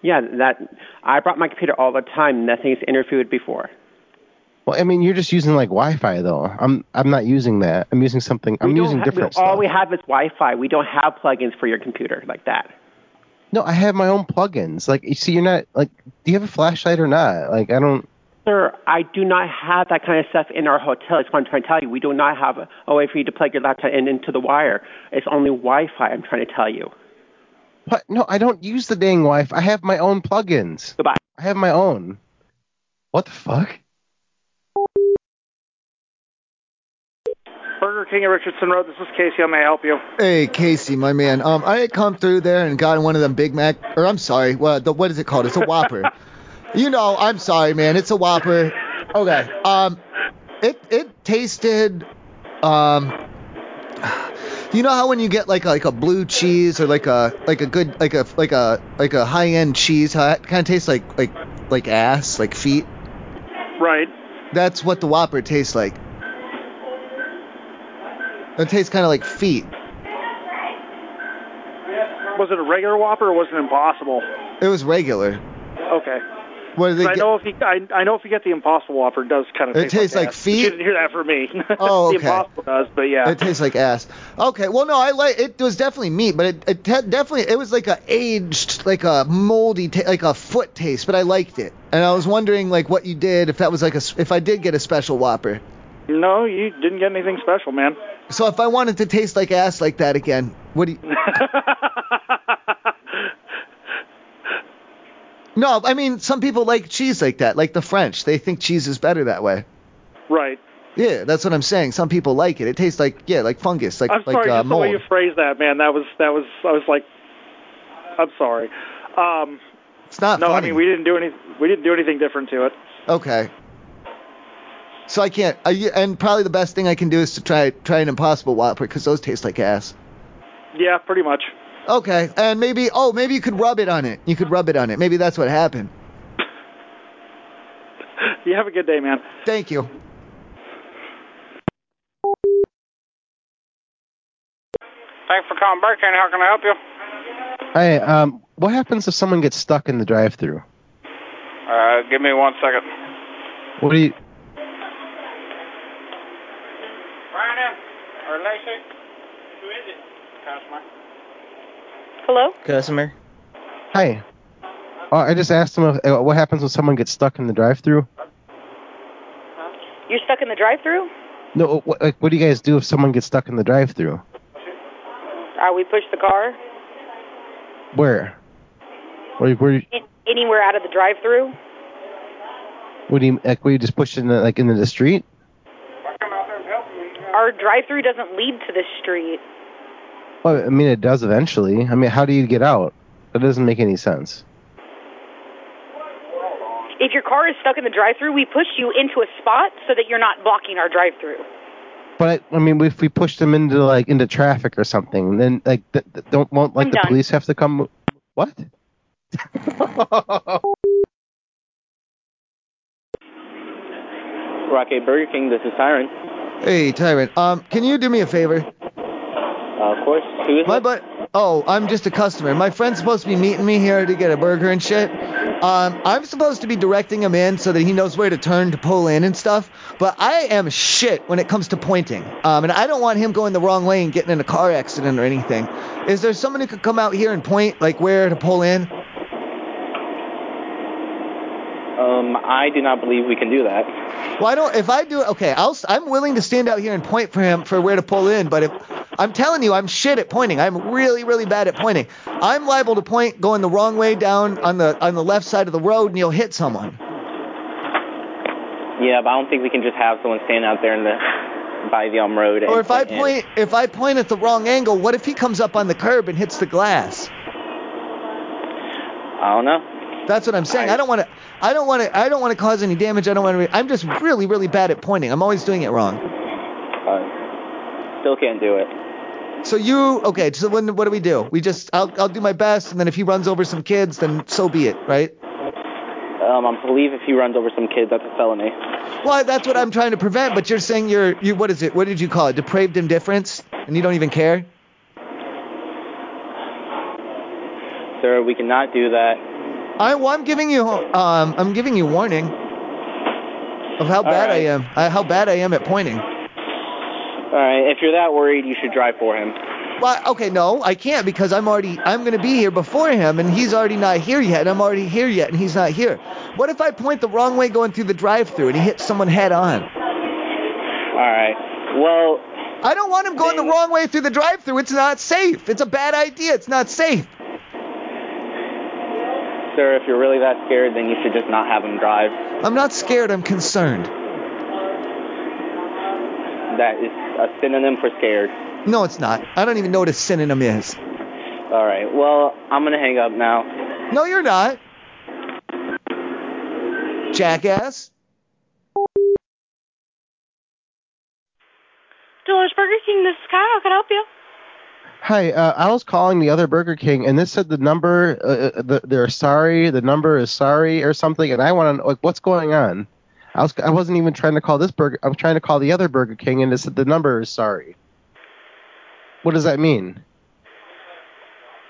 Yeah, that I brought my computer all the time. Nothing's interfered before. Well, I mean, you're just using like Wi-Fi though. I'm I'm not using that. I'm using something. I'm we don't using ha- we- different. All we have is Wi-Fi. We don't have plugins for your computer like that. no, I have my own plugins. Like, you see, you're not like. Do you have a flashlight or not? Like, I don't. Sir, I do not have that kind of stuff in our hotel. That's what I'm trying to tell you. We do not have a, a way for you to plug your laptop in into the wire. It's only Wi-Fi. I'm trying to tell you. But no, I don't use the dang wife. I have my own plugins. Goodbye. I have my own. What the fuck? Burger King at Richardson Road. This is Casey. How may I help you? Hey Casey, my man. Um, I had come through there and gotten one of them Big Mac, or I'm sorry, what the what is it called? It's a Whopper. you know, I'm sorry, man. It's a Whopper. Okay. Um, it it tasted, um, you know how when you get like a, like a blue cheese or like a like a good like a like a like a high end cheese, how it kind of tastes like like like ass, like feet. Right. That's what the Whopper tastes like. It tastes kind of like feet. Was it a regular Whopper or was it Impossible? It was regular. Okay. What do they I get? know if you I, I know if you get the Impossible Whopper, it does kind of. It taste tastes like ass. feet? You didn't hear that from me. Oh, the okay. Impossible does, but yeah. It tastes like ass. Okay, well, no, I like it was definitely meat, but it, it had definitely it was like a aged, like a moldy, ta- like a foot taste, but I liked it, and I was wondering like what you did if that was like a s- if I did get a special Whopper. no, you didn't get anything special, man. So if I wanted to taste like ass like that again, what do you? no, I mean some people like cheese like that, like the French. They think cheese is better that way. Right. Yeah, that's what I'm saying. Some people like it. It tastes like yeah, like fungus, like I'm like sorry, uh, just the way mold. you phrased that, man. That was that was I was like, I'm sorry. Um, it's not. No, funny. I mean we didn't do any we didn't do anything different to it. Okay. So I can't. I, and probably the best thing I can do is to try try an Impossible Whopper because those taste like ass. Yeah, pretty much. Okay. And maybe oh maybe you could rub it on it. You could rub it on it. Maybe that's what happened. You have a good day, man. Thank you. Thanks for calling Burger King. How can I help you? Hey, um, what happens if someone gets stuck in the drive-through? Uh, give me one second. What do you? Brandon or Lacey? Who is it? Customer. Hello? Customer. Hi. Uh, I just asked him if, uh, what happens when someone gets stuck in the drive-through. You're stuck in the drive-through? No, what, like, what do you guys do if someone gets stuck in the drive-through? Uh, we push the car Where? Where? Where? in, anywhere out of the drive-through. What do you like? Were you just pushing the, like into the street? Our drive-through doesn't lead to the street. Well, I mean, it does eventually. I mean, how do you get out? That doesn't make any sense. If your car is stuck in the drive-through, we push you into a spot so that you're not blocking our drive-through. But I mean, if we push them into like into traffic or something, then like th- th- don't won't like I'm the done. police have to come. What? Rocket Burger King, this is Tyrant. Hey, Tyrant. Um, can you do me a favor? Uh, of course. Who is My but oh, I'm just a customer. My friend's supposed to be meeting me here to get a burger and shit. Um, I'm supposed to be directing him in so that he knows where to turn to pull in and stuff. But I am shit when it comes to pointing. Um, and I don't want him going the wrong way and getting in a car accident or anything. Is there someone who could come out here and point like where to pull in? Um, I do not believe we can do that. Well, I don't. If I do, okay, I'll. s- I'm willing to stand out here and point for him for where to pull in. But if I'm telling you, I'm shit at pointing. I'm really, really bad at pointing. I'm liable to point going the wrong way down on the on the left side of the road, and you'll hit someone. Yeah, but I don't think we can just have someone stand out there in the by the um road. Or if I and- point if I point at the wrong angle, what if he comes up on the curb and hits the glass? I don't know. That's what I'm saying. I don't want to. I don't want to. I don't want to cause any damage. I don't want to. I'm just really, really bad at pointing. I'm always doing it wrong. Uh, still can't do it. So you okay? So when what do we do? We just I'll I'll do my best, and then if he runs over some kids, then so be it, right? Um, I believe if he runs over some kid, that's a felony. Well, that's what I'm trying to prevent. But you're saying you're you what is it? What did you call it? Depraved indifference, and you don't even care. Sir, we cannot do that. I well, I'm giving you um I'm giving you warning of how bad I am. I, how bad I am at pointing. All right, if you're that worried, you should drive for him. Well, okay, no, I can't because I'm already I'm gonna be here before him, and he's already not here yet. And I'm already here yet, and he's not here. What if I point the wrong way going through the drive-through and he hits someone head on? All right. Well, I don't want him going the wrong way through the drive-through. It's not safe. It's a bad idea. It's not safe. sir, if you're really that scared, then you should just not have him drive. I'm not scared. I'm concerned. That is a synonym for scared. No, it's not. I don't even know what a synonym is. All right. Well, I'm gonna hang up now. No, you're not. Jackass. Dillard's Burger King, this is Kyle. How can I help you? Hi, uh, I was calling the other Burger King, and this said the number, uh, uh, the, they're sorry, the number is sorry or something, and I want to know like, what's going on. I was, I wasn't even trying to call this burger. I was trying to call the other Burger King, and it said the number is sorry. What does that mean?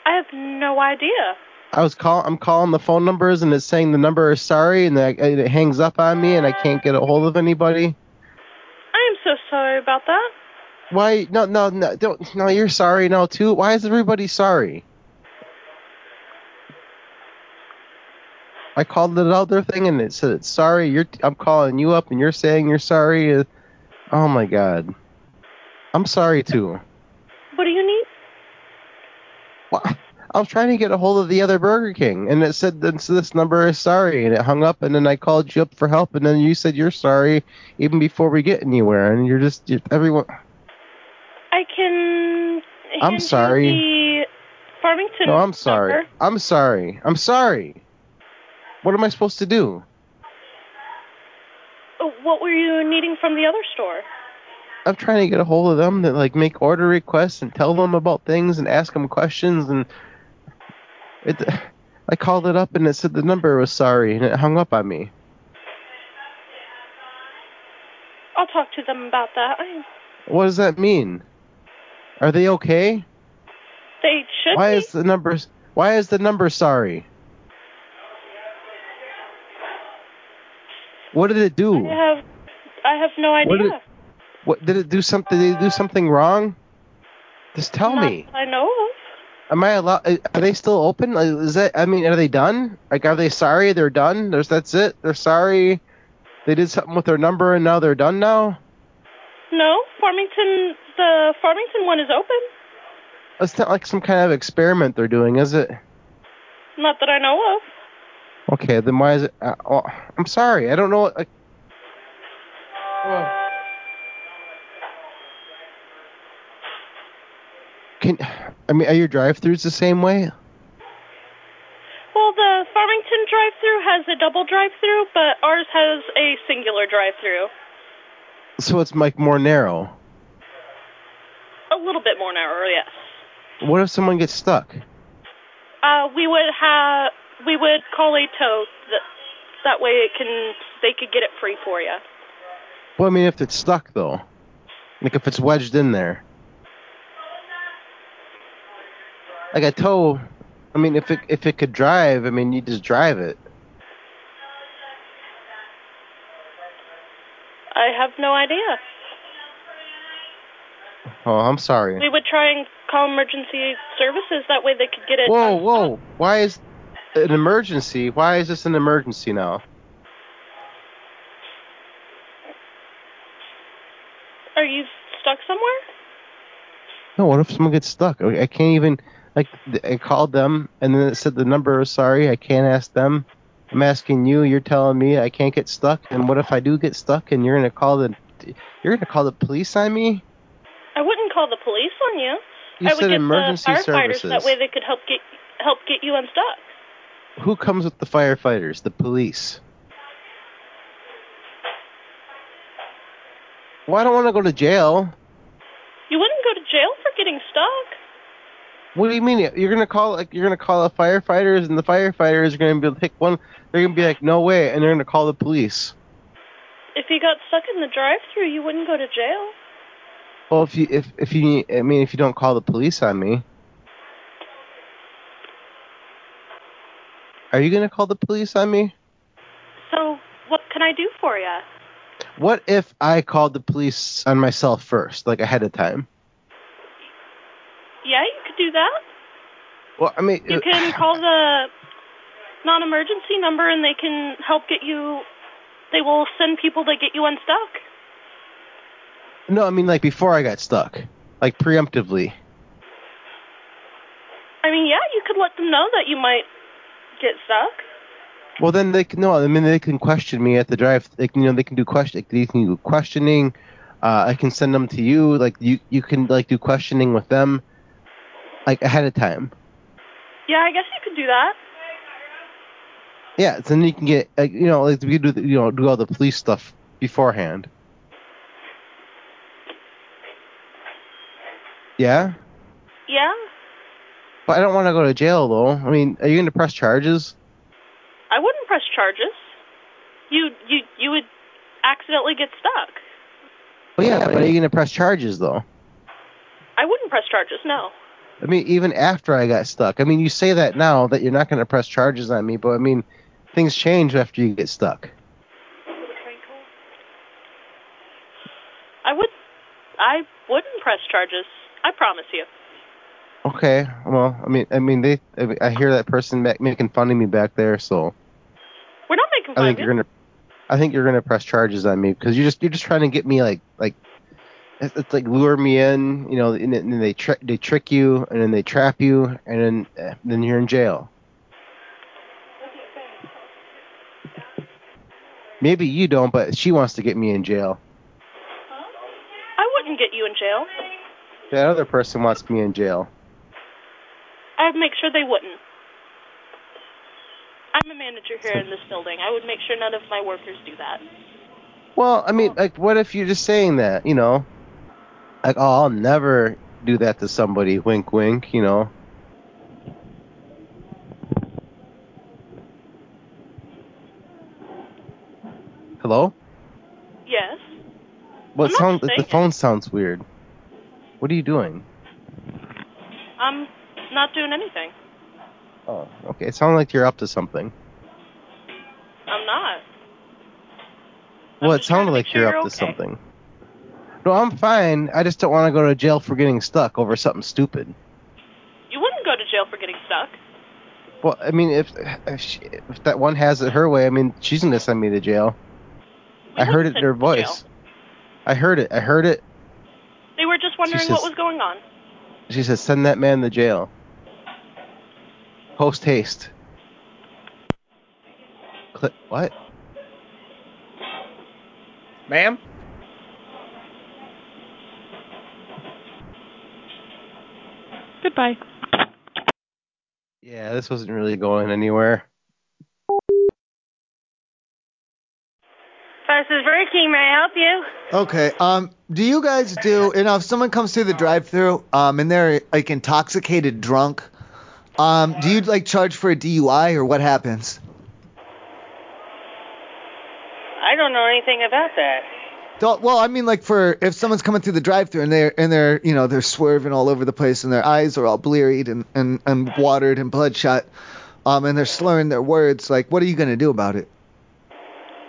I have no idea. I was call, I'm calling the phone numbers, and it's saying the number is sorry, and that and it hangs up on me, and I can't get a hold of I anybody. am so sorry about that. Why? No, no, no, don't. No, you're sorry now too. Why is everybody sorry? I called the other thing and it said it's sorry. You're. I'm calling you up and you're saying you're sorry. Oh my god. I'm sorry too. What do you need? I was trying to get a hold of the other Burger King and it said this, this number is sorry and it hung up and then I called you up for help and then you said you're sorry even before we get anywhere and you're just you're, everyone. I can. I'm hand you sorry. The Farmington. No, I'm sorry. number. I'm sorry. I'm sorry. What am I supposed to do? Uh, What were you needing from the other store? I'm trying to get a hold of them to like make order requests and tell them about things and ask them questions and it. I called it up and it said the number was sorry and it hung up on me. I'll talk to them about that. I, What does that mean? Are they okay? they should why be. is the number Why is the number sorry? What did it do? I have. I have no idea. What did- What did it do something? Did it do something wrong? Just tell Not me. that I know of. Am I allowed? Are they still open? Like, Is that? I mean, are they done? Like, are they sorry? They're done. There's that's it. They're sorry. They did something with their number and now they're done now. No, Farmington. The Farmington one is open. It's not like some kind of experiment they're doing, is it? Not that I know of. Okay, then why is it? Uh, oh, I'm sorry. I don't know. Like, can I mean, are your drive-throughs the same way? Well, the Farmington drive-through has a double drive-through, but ours has a singular drive-through. So it's like more narrow. A little bit more narrow, yes. What if someone gets stuck? Uh, we would have we would call a tow. That that way it can they could get it free for you. Well, I mean, if it's stuck though, like if it's wedged in there, like a tow. I mean, if it if it could drive, I mean, you just drive it. I have no idea. Oh, I'm sorry. We would try and call emergency services. That way they could get it. Whoa, whoa! Why is an emergency? Why is this an emergency now? Are you stuck somewhere? No, what if someone gets stuck? I I can't even like th- I called them and then it said the number. Sorry, I can't ask them. I'm asking you. You're telling me I can't get stuck. And what if I do get stuck? And you're gonna call the you're gonna call the police on me? I wouldn't call the police on you. You I said would get emergency the firefighters. services. That way they could help get help get you unstuck. Who comes with the firefighters? The police. Well, I don't want to go to jail. You wouldn't go to jail for getting stuck. What do you mean? You're gonna call like you're gonna call the firefighters, and the firefighters are gonna be like one. They're gonna be like, no way, and they're gonna call the police. If you got stuck in the drive-through, you wouldn't go to jail. Well, if you if if you I mean if you don't call the police on me, are you gonna call the police on me? So what can I do for you? What if I called the police on myself first, like ahead of time? Yeah, you could do that. Well, I mean, uh, You can call the non-emergency number, and they can help get you. They will send people to get you unstuck. no, I mean like before I got stuck, like preemptively. I mean, yeah, you could let them know that you might get stuck. Well, then they can no. I mean, they can question me at the drive. Like you know, they can do question. They can do questioning. Uh, I can send them to you. Like you, you can like do questioning with them, like ahead of time. Yeah, I guess you could do that. Yeah. So then you can get like you know like we do the, you know do all the police stuff beforehand. Yeah. Yeah, But I don't want to go to jail though. I mean, are you gonna press charges? I wouldn't press charges. You you you would accidentally get stuck. Well, yeah. But are you gonna press charges though? I wouldn't press charges. No. I mean, even after I got stuck. I mean, you say that now that you're not going to press charges on me, but I mean, things change after you get stuck. I would I wouldn't press charges. I promise you. Okay. Well, I mean, I mean, they. I mean, I hear that person back making fun of me back there, so We're not making I fun of think you. you're gonna. I think you're gonna press charges on me because you're just you're just trying to get me like like. It's it's like lure me in, you know, and then and then they tri- they trick you, and then they trap you, and then eh, then you're in jail. Maybe you don't, but she wants to get me in jail. I wouldn't get you in jail. That other person wants me in jail. I'd make sure they wouldn't. I'm a manager here in this building. I would make sure none of my workers do that. Well, I mean, like, what if you're just saying that, you know? Like, oh, I'll never do that to somebody, wink, wink, you know? Hello? Yes. Well, it I'm not sounds, the saying phone sounds weird. What are you doing? I'm not doing anything. Oh, okay. It sounds like you're up to something. I'm not. Well, it sounded like you're up to something. No, I'm fine. I just don't want to go to jail for getting stuck over something stupid. You wouldn't go to stuck. Well, I mean, if if, she, if that one has it her way, I mean, she's gonna send me to jail. I heard it in her voice. I heard it. I heard it. They were just wondering says- what was going on. She says, "Send that man to jail." Post haste. Click what? Ma'am? Goodbye. Yeah, this wasn't really going anywhere. This is Ricky. May I help you? Okay. Um, do you guys do you know if someone comes through the drive-through um and they're like intoxicated, drunk, um, do you like charge for a DUI or what happens? I don't know anything about that. Don't, well, I mean like for if someone's coming through the drive-through and they're and they're you know they're swerving all over the place and their eyes are all bleary and and and watered and bloodshot, um, and they're slurring their words, like what are you gonna do about it?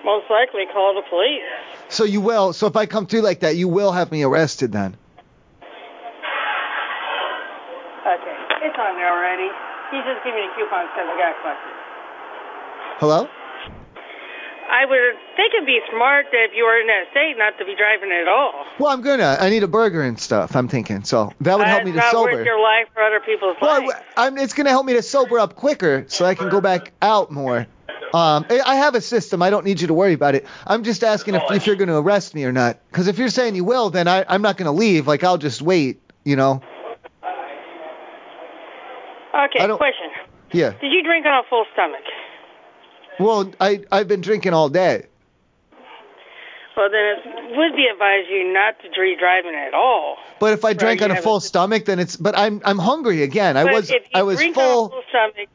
Most likely call the police. So you will. So if I come through like that, you will have me arrested then. Okay. It's on there already. He's just giving me the coupons because I got collected. Hello? I would think it'd be smart that if you were in that state not to be driving at all. Well, I'm gonna. I need a burger and stuff. I'm thinking. So that would help me It's to not sober. worth your life or other people's Well, lives. I'm, it's gonna help me to sober up quicker, so I can go back out more. Um, I I have a system. I don't need you to worry about it. I'm just asking if, if you're gonna arrest me or not. Because if you're saying you will, then I, I'm not gonna leave. Like I'll just wait. You know? Okay, I don't- question. Yeah. Did you drink on a full stomach? Well, I I've been drinking all day. Well, then it would be advised you not to be driving at all. But if I drank you on a have full stomach, then it's. But I'm I'm hungry again. I but was if you I was drink on full. a full stomach,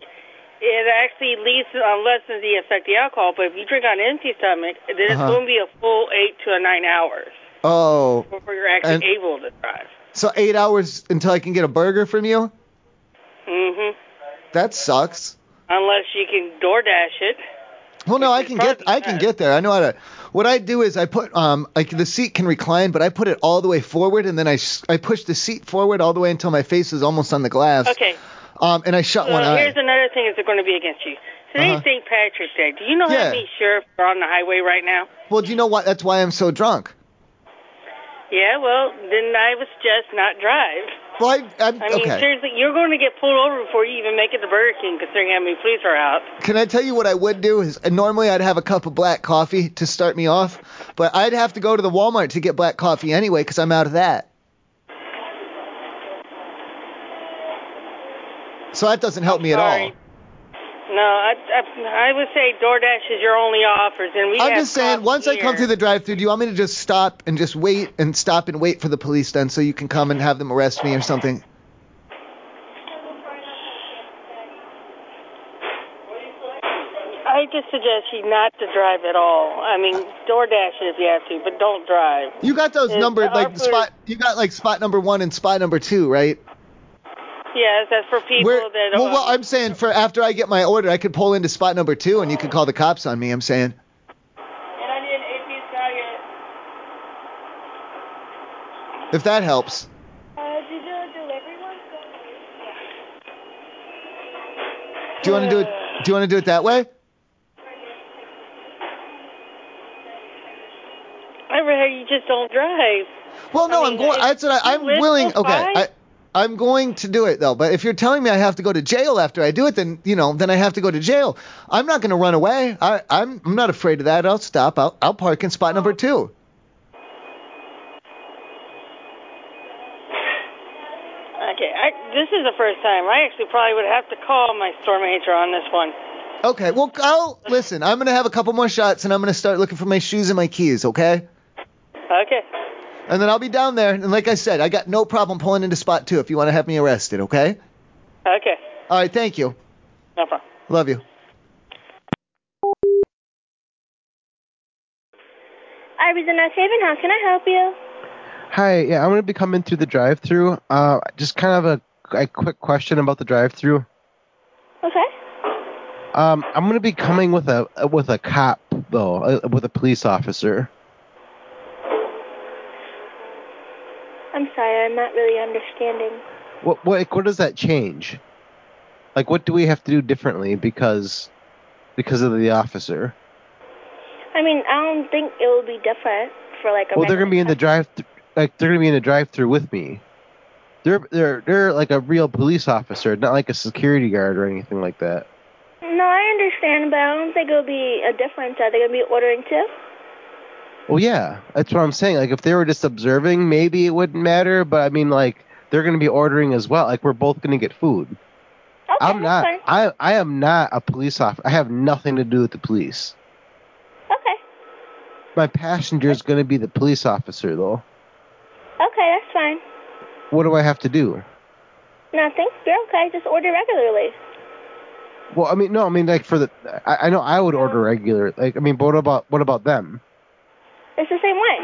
it actually leads to, unless it's the effect of alcohol, but if you drink on an empty stomach, then it's Uh-huh. going to be a full eight to a nine hours Oh. before you're actually And- able to drive. So eight hours until I can get a burger from you? hmm That sucks. Unless you can DoorDash it. Well, no, I can get I can get there. I know how to. What I do is I put um like the seat can recline, but I put it all the way forward, and then I sh- I push the seat forward all the way until my face is almost on the glass. Okay. Um, and I shut So one eye. here's another thing that's going to be against you. Today's Uh-huh. St. Patrick's Day. Do you know Yeah. how many sheriffs are on the highway right now? Well, do you know what? That's why I'm so drunk. Yeah, well, then I would suggest not drive. Well, I, I'm, I mean, okay. seriously, you're going to get pulled over before you even make it to Burger King, considering how many police are out. Can I tell you what I would do? Is and normally I'd have a cup of black coffee to start me off, but I'd have to go to the Walmart to get black coffee anyway because I'm out of that. So that doesn't help me at all. No, I, I, I would say DoorDash is your only offers, and we I'm have just saying, cops once I come here. through the drive-through, do you want me to just stop and just wait and stop and wait for the police then, so you can come and have them arrest me or something? I just suggest you not to drive at all. I mean, DoorDash it if you have to, but don't drive. You got those It's- numbered our like food- spot. You got like spot number one and spot number two, right? Yes, that's for people Where- that. well, uh, well, I'm saying for after I get my order, I could pull into spot number two and you could call the cops on me. I'm And saying. I need an eight-piece nugget. If that helps. Uh, did you delivery one? Do you want to do it? Do you want to do it that way? Everywhere you just don't drive. Well, no, I am going. That's what I, I'm live willing. close Okay, by? I, I'm going to do it though. But if you're telling me I have to go to jail after I do it, then you know, then I have to go to jail. I'm not going to run away. I, I'm, I'm not afraid of that. I'll stop. I'll, I'll park in spot number two. Okay, I, this is the first time. I actually probably would have to call my store manager on this one. Okay. Well, I'll listen. I'm going to have a couple more shots, and I'm going to start looking for my shoes and my keys. Okay. Okay. And then I'll be down there. And like I said, I got no problem pulling into spot two if you want to have me arrested. Okay. Okay. All right. Thank you. No problem. Love you. Ivy's in our saving house. Can I help you? Hi, yeah, I'm gonna be coming through the drive-through. Uh, just kind of a, a quick question about the drive-through. Okay. Um, I'm gonna be coming with a with a cop though, uh, with a police officer. I'm sorry, I'm not really understanding. What what what does that change? Like, what do we have to do differently because because of the officer? I mean, I don't think it will be different for like a. Well, regular- they're gonna be in the drive, like they're gonna be in the drive-through with me. They're they're they're like a real police officer, not like a security guard or anything like that. No, I understand, but I don't think it'll be a difference. Are they gonna be ordering too? Well, yeah, that's what I'm saying. Like, if they were just observing, maybe it wouldn't matter. But I mean, like, they're gonna be ordering as well. Like, we're both gonna get food. I'm not. fine. I I am not a police officer. I have nothing to do with the police. Okay. My passenger is gonna be the police officer, though. Okay, that's fine. What do I have to do? Nothing. You're okay. Just order regularly. Well, I mean, no, I mean, like for the, I, I know I would order regular. Like, I mean, but what about what about them? It's the same way.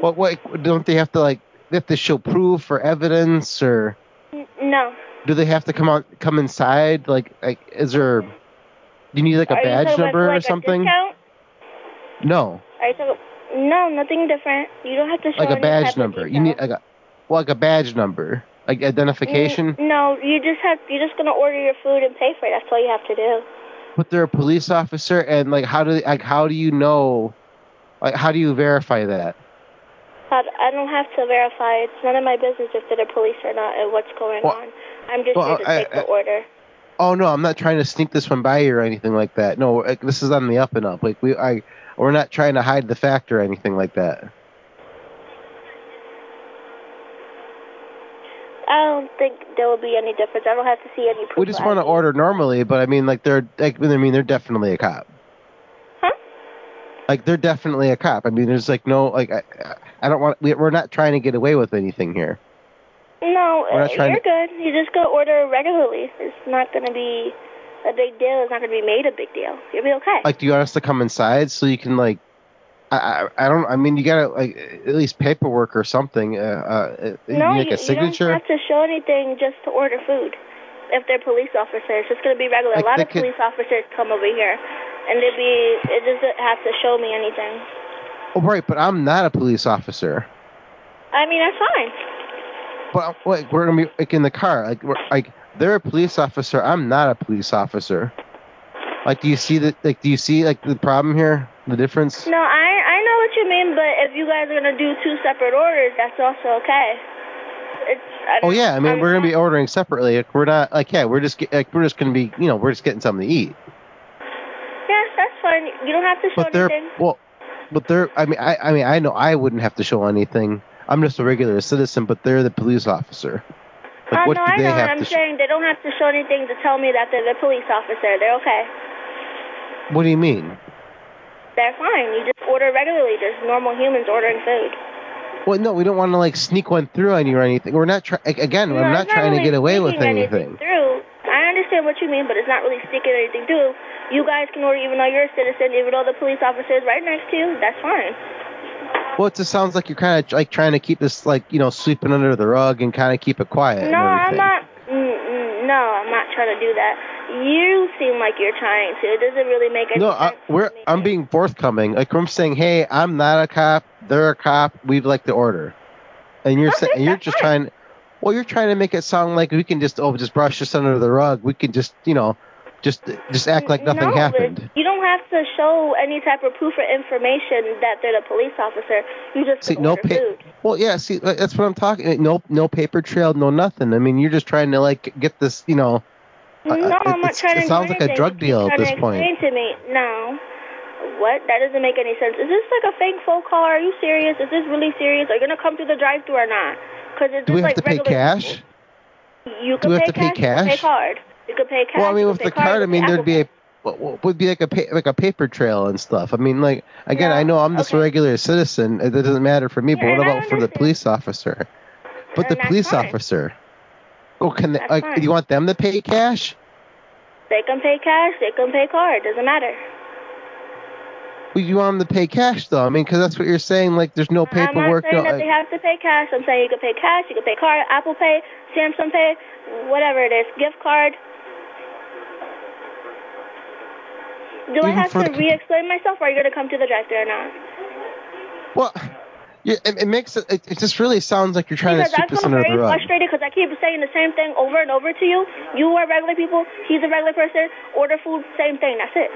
What, what don't they have to like? They have to show proof or evidence, or N- no. do they have to come out, come inside? Like, like is there? Do you need like a Are you badge talking about, number or like, a something? discount? No, Are you talking? No, nothing different. You don't have to show like a any type badge of number. You need like a, well, like a badge number, like identification. Mm, No, you just have you're just gonna order your food and pay for it. That's all you have to do. But they're a police officer, and like, how do they, like how do you know? Like, how do you verify that? I, I don't have to verify. It's none of my business if they're the police or not and what's going Well- on. I'm just well, here to I- take the order. Oh no, I'm not trying to sneak this one by you or anything like that. No, like, this is on the up and up. Like we, I, we're not trying to hide the fact or anything like that. I don't think there will be any difference. I don't have to see any proof. We just want to order normally, but I mean, like they're, like, I mean, they're definitely a cop. Huh? Like they're definitely a cop. I mean, there's like no, like, I, I don't want. We, we're not trying to get away with anything here. No, We're uh, not trying you're to- good. You just go order regularly. It's not gonna be a big deal. It's not gonna be made a big deal. You'll be okay. Like, do you want us to come inside so you can like? I, I, I don't. I mean, you gotta like at least paperwork or something. Uh, uh, you no, need, like you, a signature. you don't have to show anything just to order food. If they're police officers, it's gonna be regular. Like, a lot they of could- police officers come over here, and they be it doesn't have to show me anything. Oh, right, but I'm not a police officer. I mean, that's fine. But like we're gonna be like in the car, like we're like they're a police officer. I'm not a police officer. Like, do you see the like? Do you see like the problem here? The difference? No, I I know what you mean, but if you guys are gonna do two separate orders, that's also okay. It's I Oh yeah, I mean we're gonna be ordering separately. Like, we're not like yeah, we're just get, like we're just gonna be you know we're just getting something to eat. yeah, that's fine. You don't have to show But they're anything. well, but they're I mean I I mean I know I wouldn't have to show anything. I'm just a regular citizen, but they're the police officer. Like oh what no, do I they know. have I'm to? Sh- saying they don't have to show anything to tell me that they're the police officer. They're okay. what do you mean? They're fine. You just order regularly, just normal humans ordering food. Well, no, we don't want to like sneak one through on you or anything. We're not trying. Again, No, I'm it's not trying to really get away with sneaking anything. Through, I understand what you mean, but it's not really sticking anything through. You guys can order even though you're a citizen, even though the police officer is right next to you. That's fine. Well, it just sounds like you're kind of like trying to keep this like you know sweeping under the rug and kind of keep it quiet. no, and I'm everything. not. mm, mm, No, I'm not trying to do that. You seem like you're trying to. It doesn't really make any No, sense. I, we're I'm being forthcoming. Like I'm saying, hey, I'm not a cop. They're a cop. We'd like to order. And you're saying you're just trying. Well, you're trying to make it sound like we can just oh just brush this under the rug. We can just you know just just act like nothing no, but happened. You don't have to show any type of proof or information that they're the police officer. You just See, can no order pa- food. Well, yeah. See, like, that's what I'm talking. eh, No, no paper trail, no nothing. I mean, you're just trying to like get this, you know. No, uh, it, I'm not it's- trying to it sounds do like a anything. drug You deal keep at this trying point. to explain to me, no. What? That doesn't make any sense. Is this like a fake phone call? Are you serious? Is this really serious? Are you gonna come through the drive-through or not? Because it's Do we just like have to pay regular. cash? You do can we have pay to cash. pay You can pay cash? card. You could pay cash. Well, I mean, you with could the pay card, card, I you mean, could there'd pay be a what- what would be like a pa- like a paper trail and stuff. I mean, like again, I know I'm just a regular citizen. It doesn't matter for me. but what about for the police officer? But the And that's police fine. officer. Oh, can they, That's like, fine. do you want them to pay cash? Apple. They can pay cash. They can pay card. Doesn't matter. Well, you want them to pay cash though. I mean, because that's what you're saying. Like, there's no I'm not paperwork. uh, saying no, that like- they have to pay cash. I'm saying you could pay cash. You could pay card. Apple Pay, Samsung Pay, whatever it is, gift card. Do I Even have for to the- re-explain myself, or are you gonna come to the drive-thru or not? Well, Yeah, it, it makes it, it just really sounds like you're trying because to I sweep feel this under very the rug. frustrated because I keep saying the same thing over and over to you. You are regular people. He's a regular person. Order food, same thing. That's it.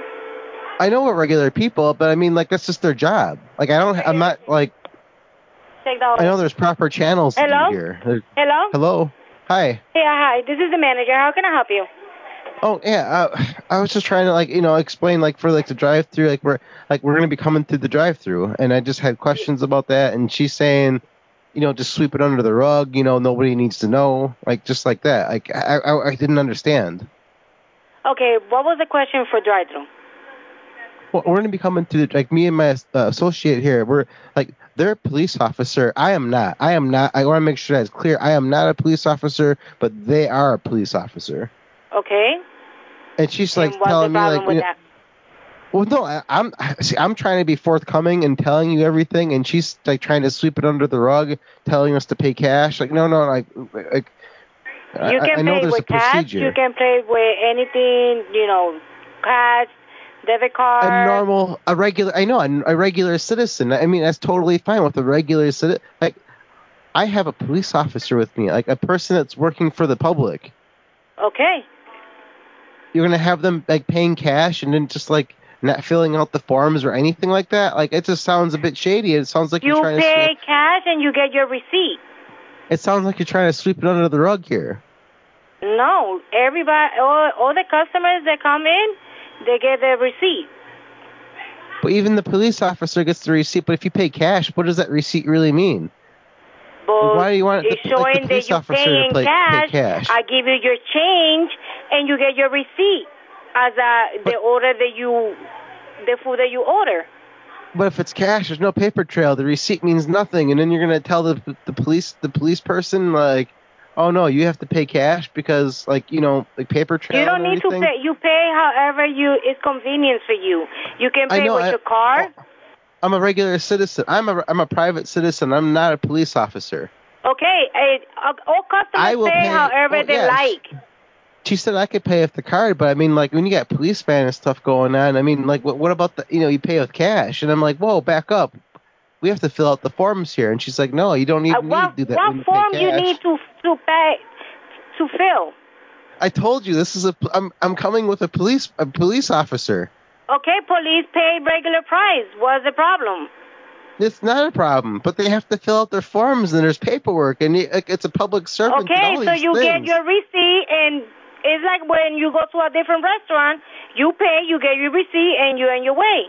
I know we're regular people, but I mean, like that's just their job. Like I don't, I'm not like Take the I know there's proper channels to Hello? be here. There- Hello? Hello. Hi. Yeah, hi. This is the manager. How can I help you? Oh yeah, I, I was just trying to like you know explain like for like the drive through like we're like we're gonna be coming through the drive through, and I just had questions about that, and she's saying, you know, just sweep it under the rug, you know, nobody needs to know, like just like that. Like I I, I didn't understand. Okay, what was the question for drive-through? Well, we're gonna be coming through the, like me and my uh, associate here. We're like they're a police officer. I am not. I am not. I want to make sure that's clear. I am not a police officer, but they are a police officer. Okay. And she's like What's telling the me problem like, with you know- that? well, no, I, I'm see, I'm trying to be forthcoming and telling you everything, and she's like trying to sweep it under the rug, telling us to pay cash. Like no, no, like like. I, you I can know pay there's a with cash. procedure. You can pay with anything, you know, cash, debit card. a normal, a regular. I know a, a regular citizen. I mean, that's totally fine with a regular citizen. Like, I have a police officer with me, like a person that's working for the public. Okay. You're gonna have them like paying cash and then just like not filling out the forms or anything like that. Like, it just sounds a bit shady. It sounds like You are trying to. pay cash and you get your receipt. It sounds like you're trying to sweep it under the rug here. No, everybody, all, all the customers that come in, they get their receipt. But even the police officer gets the receipt. But if you pay cash, what does that receipt really mean? But Why do you want the- it's like the showing police that you officer to pay in pay- pay cash, cash? I give you your change, and you get your receipt as a, the order that you, the food that you order. But if it's cash, there's no paper trail. The receipt means nothing, and then you're gonna tell the the police the police person like, oh no, you have to pay cash because like you know like paper trail. You don't and need to everything. pay. You pay however you it's convenient for you. You can I pay know, with I- oh. your card. I'm a regular citizen. I'm a I'm a private citizen. I'm not a police officer. Okay, it, all I customers will pay, pay- however well, they yes. like. She said I could pay with the card, but I mean like when you got policeman and stuff going on, I mean like what what about the you know you pay with cash? And I'm like, whoa, back up. We have to fill out the forms here, and she's like, no, you don't need, Uh, need what to do that. when what you pay form you cash. need to to pay to fill? I told you this is a. I'm I'm coming with a police a police officer. Okay, police pay regular price. What's the problem? It's not a problem, but they have to fill out their forms and there's paperwork and it- like, it's a public servant. and Okay, all so these you get things. your receipt, and it's like when you go to a different restaurant, you pay, you get your receipt, and you're on your way.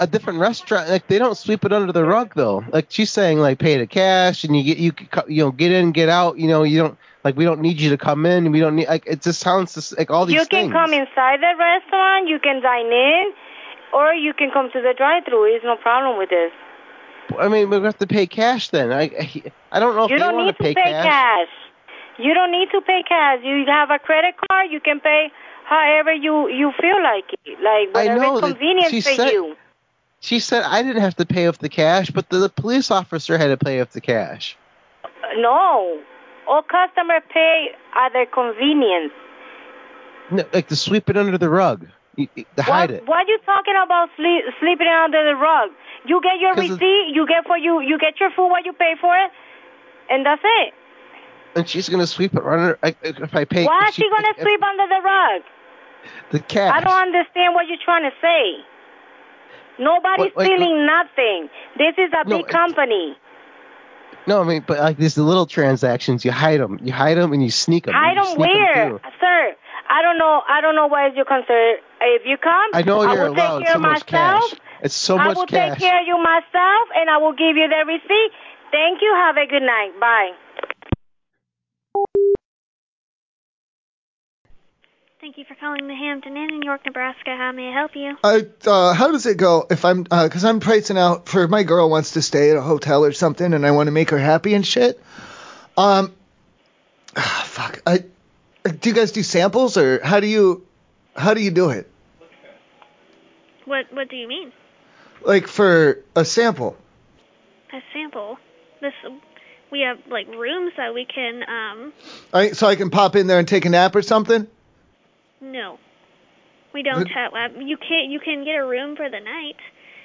a different restaurant. Like they don't sweep it under the rug though. Like she's saying like pay the cash and you get you could co- you know get in get out. You know you don't like we don't need you to come in. We don't need like it just sounds just, like all these you can things. come inside the restaurant, you can dine in, or you can come to the drive-through. There's no problem with this. I mean we have to pay cash then. I I, I don't know if you they don't want need to pay, cash. You don't need to pay cash. You have a credit card. You can pay however you you feel like it, like I whatever know is that convenient she for said- you. She said I didn't have to pay off the cash, but the, the police officer had to pay off the cash. No, all customers pay at their convenience. No, like to sweep it under the rug, You- you- to hide it. What you talking about sleep, sleeping under the rug? You get your 'Cause it's- receipt. You get for you. You get your food. What you pay for it, and that's it. And she's gonna sweep it under. I, if I pay, Why if is she gonna if sleep under the rug? the cash? I don't understand what you're trying to say. Nobody's What- like, stealing nothing. This is a No, big it- company. No, I mean, but like these little transactions, you hide them, you hide them, and you sneak them. I don't wear, sir. I don't know. I don't know what is your concern. If you come, I know I you're will take allowed care so of much myself. cash. It's so I much will cash. take care of you myself, and I will give you the receipt. Thank you. Have a good night. Bye. Thank you for calling the Hampton Inn in York, Nebraska. How may I help you? I, uh, how does it go if I'm, uh i I'm pricing out for my girl wants to stay at a hotel or something and I want to make her happy and shit. Um, ah, fuck. I, do you guys do samples or how do you, how do you do it? What What do you mean? Like for a sample? A sample. This we have like rooms that we can um I, so I can pop in there and take a nap or something? no. We don't um, But- have. Uh, you can You can get a room for the night,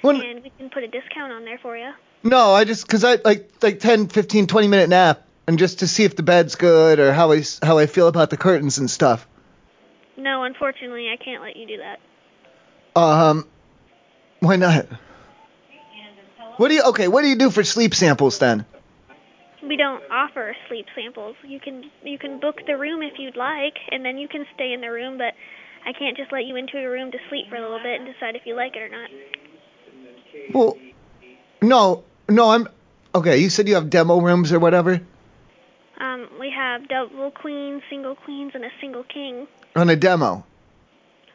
Well- and we can put a discount on there for you. No, I just cuz I like like 10, 15, 20 minute nap and just to see if the bed's good or how I s- how I feel about the curtains and stuff. No, unfortunately, I can't let you do that. Um why not? What do you Okay, what do you do for sleep samples then? We don't offer sleep samples. You can you can book the room if you'd like, and then you can stay in the room. But I can't just let you into a room to sleep for a little bit and decide if you like it or not. Well, no, no, I'm Okay, you said you have demo rooms or whatever Um, we have double queens, single queens, and a single king on a demo.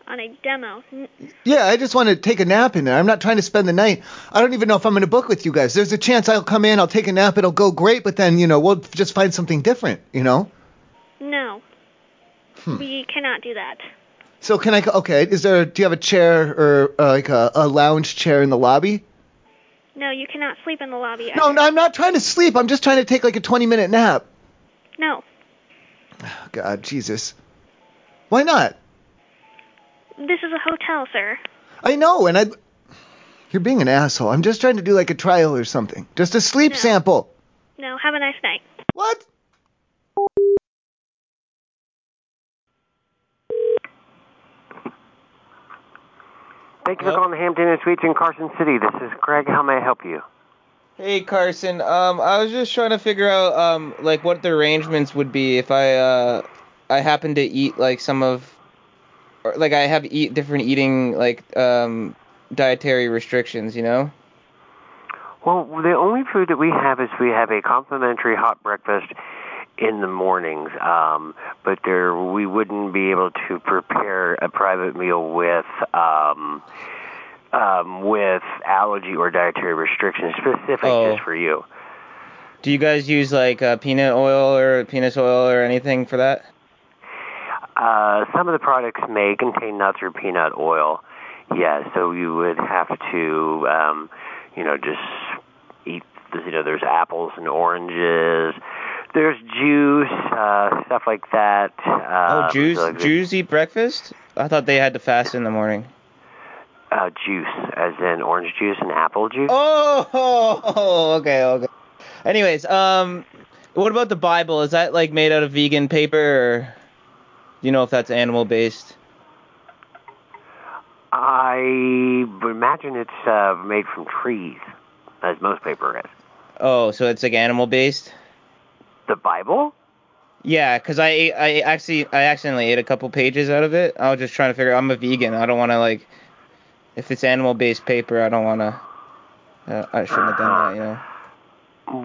on a demo. N- Yeah, I just want to take a nap in there. I'm not trying to spend the night. I don't even know if I'm going to book with you guys. There's a chance I'll come in, I'll take a nap, it'll go great, but then, you know, we'll just find something different, you know? No, Hmm. we cannot do that. So can I? Okay, is there? Do you have a chair or uh, like a, a lounge chair in the lobby? No, you cannot sleep in the lobby. No, no, I'm not trying to sleep. I'm just trying to take like a 20 minute nap. No, Oh, God, Jesus. Why not? this is a hotel, sir. I know, and I. You're being an asshole. I'm just trying to do like a trial or something. Just a sleep sample. No, have a nice night. What? Thank you for calling the Hampton Inn Suites in Carson City. This is Greg. How may I help you? Hey Carson, um, I was just trying to figure out um, like what the arrangements would be if I uh, I happen to eat like some of, or, like I have eat different eating like um, dietary restrictions, you know. Well, the only food that we have is we have a complimentary hot breakfast in the mornings, um, but there we wouldn't be able to prepare a private meal with um, um, with allergy or dietary restrictions specific Oh. just for you. Do you guys use like uh, peanut oil or penis oil or anything for that? Uh, some of the products may contain nuts or peanut oil. Yeah, so you would have to, um, you know, just eat. You know, there's apples and oranges. There's juice, uh, stuff like that. Oh, Uh, Jews so like- Jews eat breakfast? I thought they had to fast in the morning. Uh, juice, as in orange juice and apple juice. Oh, okay, okay. Anyways, um, what about the Bible? Is that like made out of vegan paper, or do you know if that's animal based? I imagine it's uh, made from trees, as most paper is. Oh, so it's like animal based? The Bible? Yeah, 'cause I ate, I actually I accidentally ate a couple pages out of it. I was just trying to figure. I'm a vegan. I don't want to like, if it's animal based paper, I don't want to. Uh, I shouldn't have done that, you know.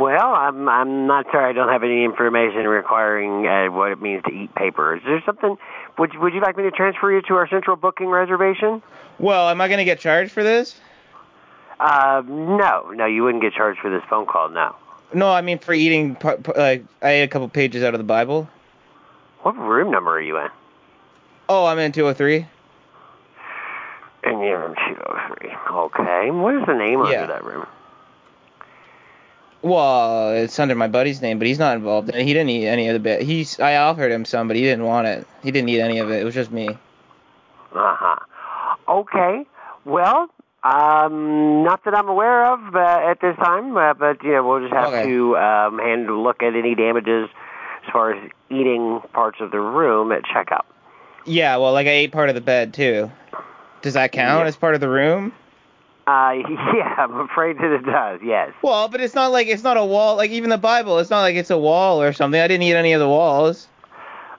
Well, I'm I'm not sure. I don't have any information requiring uh, what it means to eat paper. Is there something? Would Would you like me to transfer you to our central booking reservation? Well, am I gonna get charged for this? Uh, no, no, you wouldn't get charged for this phone call. No. No, I mean for eating. par- par- Like I ate a couple pages out of the Bible. What room number are you in? Oh, I'm in 203. And you're in 203. Okay. What is the name Yeah. under that room? Well, it's under my buddy's name, but he's not involved. in it. He didn't eat any of the bit. He's I offered him some, but he didn't want it. He didn't eat any of it. It was just me. Uh huh. Okay. Well, um, not that I'm aware of uh, at this time, uh, but yeah, we'll just have Okay. to um, hand look at any damages as far as eating parts of the room at checkout. Yeah, well, like I ate part of the bed too. Does that count as part of the room? Uh, yeah, I'm afraid that it does. Yes. Well, but it's not like it's not a wall. Like even the Bible, it's not like it's a wall or something. I didn't eat any of the walls.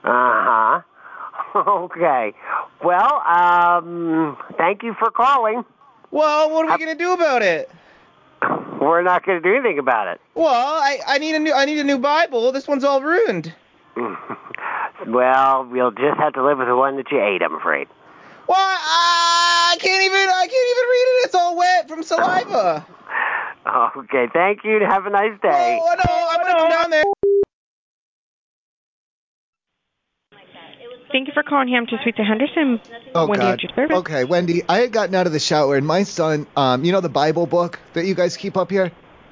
Uh huh. Okay. Well, um, thank you for calling. Well, what are we gonna do about it? We're not going to do anything about it. Well, I, I need a new I need a new Bible. This one's all ruined. Well, you'll just have to live with the one that you ate. I'm afraid. Well, I, I can't even I can't even read it. It's all wet from saliva. Okay. Thank you. and Have a nice day. Oh no, I'm gonna go down there. Thank you for calling Hampton Suites at Henderson. Oh Wendy God. at your service. Okay, Wendy, I had gotten out of the shower and my son, um, you know the Bible book that you guys keep up here.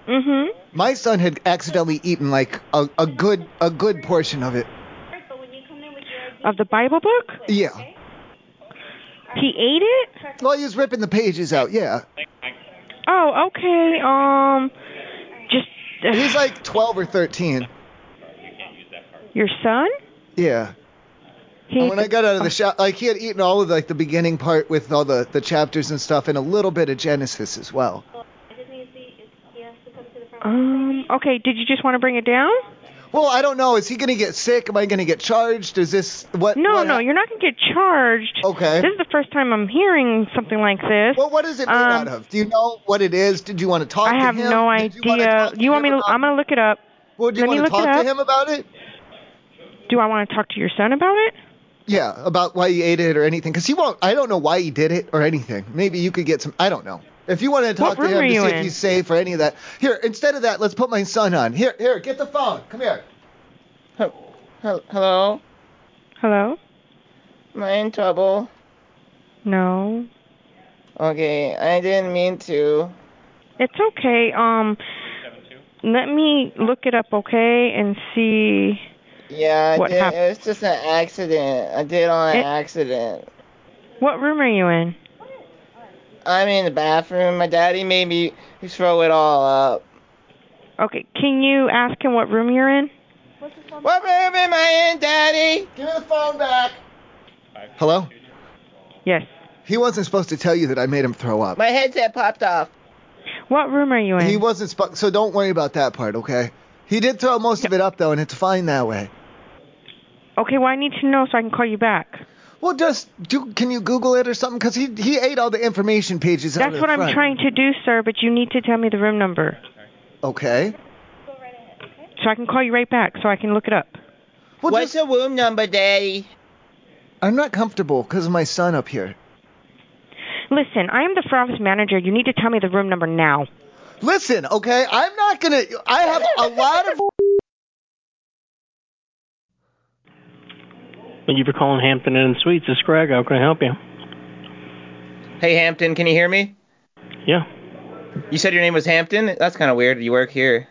Mm-hmm. My son had accidentally eaten like a, a good a good portion of it. Of the Bible book? Yeah. He ate it? Well, he was ripping the pages out. Yeah. Oh, okay. Um, He's like 12 or 13. Your son? Yeah. He and when I got out of the shop, like he had eaten all of like the beginning part with all the the chapters and stuff, and a little bit of Genesis as well. Um. Okay. Did you just want to bring it down? Well, I don't know. Is he gonna get sick? Am I gonna get charged? Is this what? No, what no, you're not gonna get charged. Okay. This is the first time I'm hearing something like this. Um, Well, what is it made out of? Do you know what it is? Did you want to talk I to have him? no Did you wanna idea. talk You, want me to? I'm gonna look it up. Would you Let me want to look talk it up. to him about it? Do I want to talk to your son about it? Yeah, about why he ate it or anything. Because he won't. I don't know why he did it or anything. Maybe you could get some. I don't know. If you wanted to What talk to room are him to see you if in? he's safe or any of that, here instead of that, let's put my son on. Here, here, get the phone. Come here. Hello? Hello? Am I in trouble? No. Okay, I didn't mean to. It's okay. Um. Let me look it up, okay, and see. Yeah, I What did. hap- It was just an accident. I did on It- accident. What room are you in? I'm in the bathroom. My daddy made me throw it all up. Okay. Can you ask him what room you're in? What room am I in, daddy? Give me the phone back. Hello. Yes. He wasn't supposed to tell you that I made him throw up. My headset popped off. What room are you in? He wasn't spo- so don't worry about that part, okay? He did throw most of it up though, and it's fine that way. Okay. Well, I need to know so I can call you back. Well, just do. Can you Google it or something? Because he he ate all the information pages. out That's of the what I'm front. trying to do, sir. But you need to tell me the room number Okay. so I can call you right back so I can look it up. What's the room number, daddy? I'm not comfortable because of my son up here. Listen, I am the front office manager. You need to tell me the room number now. Listen, okay, I'm not gonna. I have a lot of. Thank you for calling Hampton Inn and Suites. This is Greg. How can I help you? Hey, Hampton, can you hear me? Yeah. You said your name was Hampton? That's kind of weird. You work here.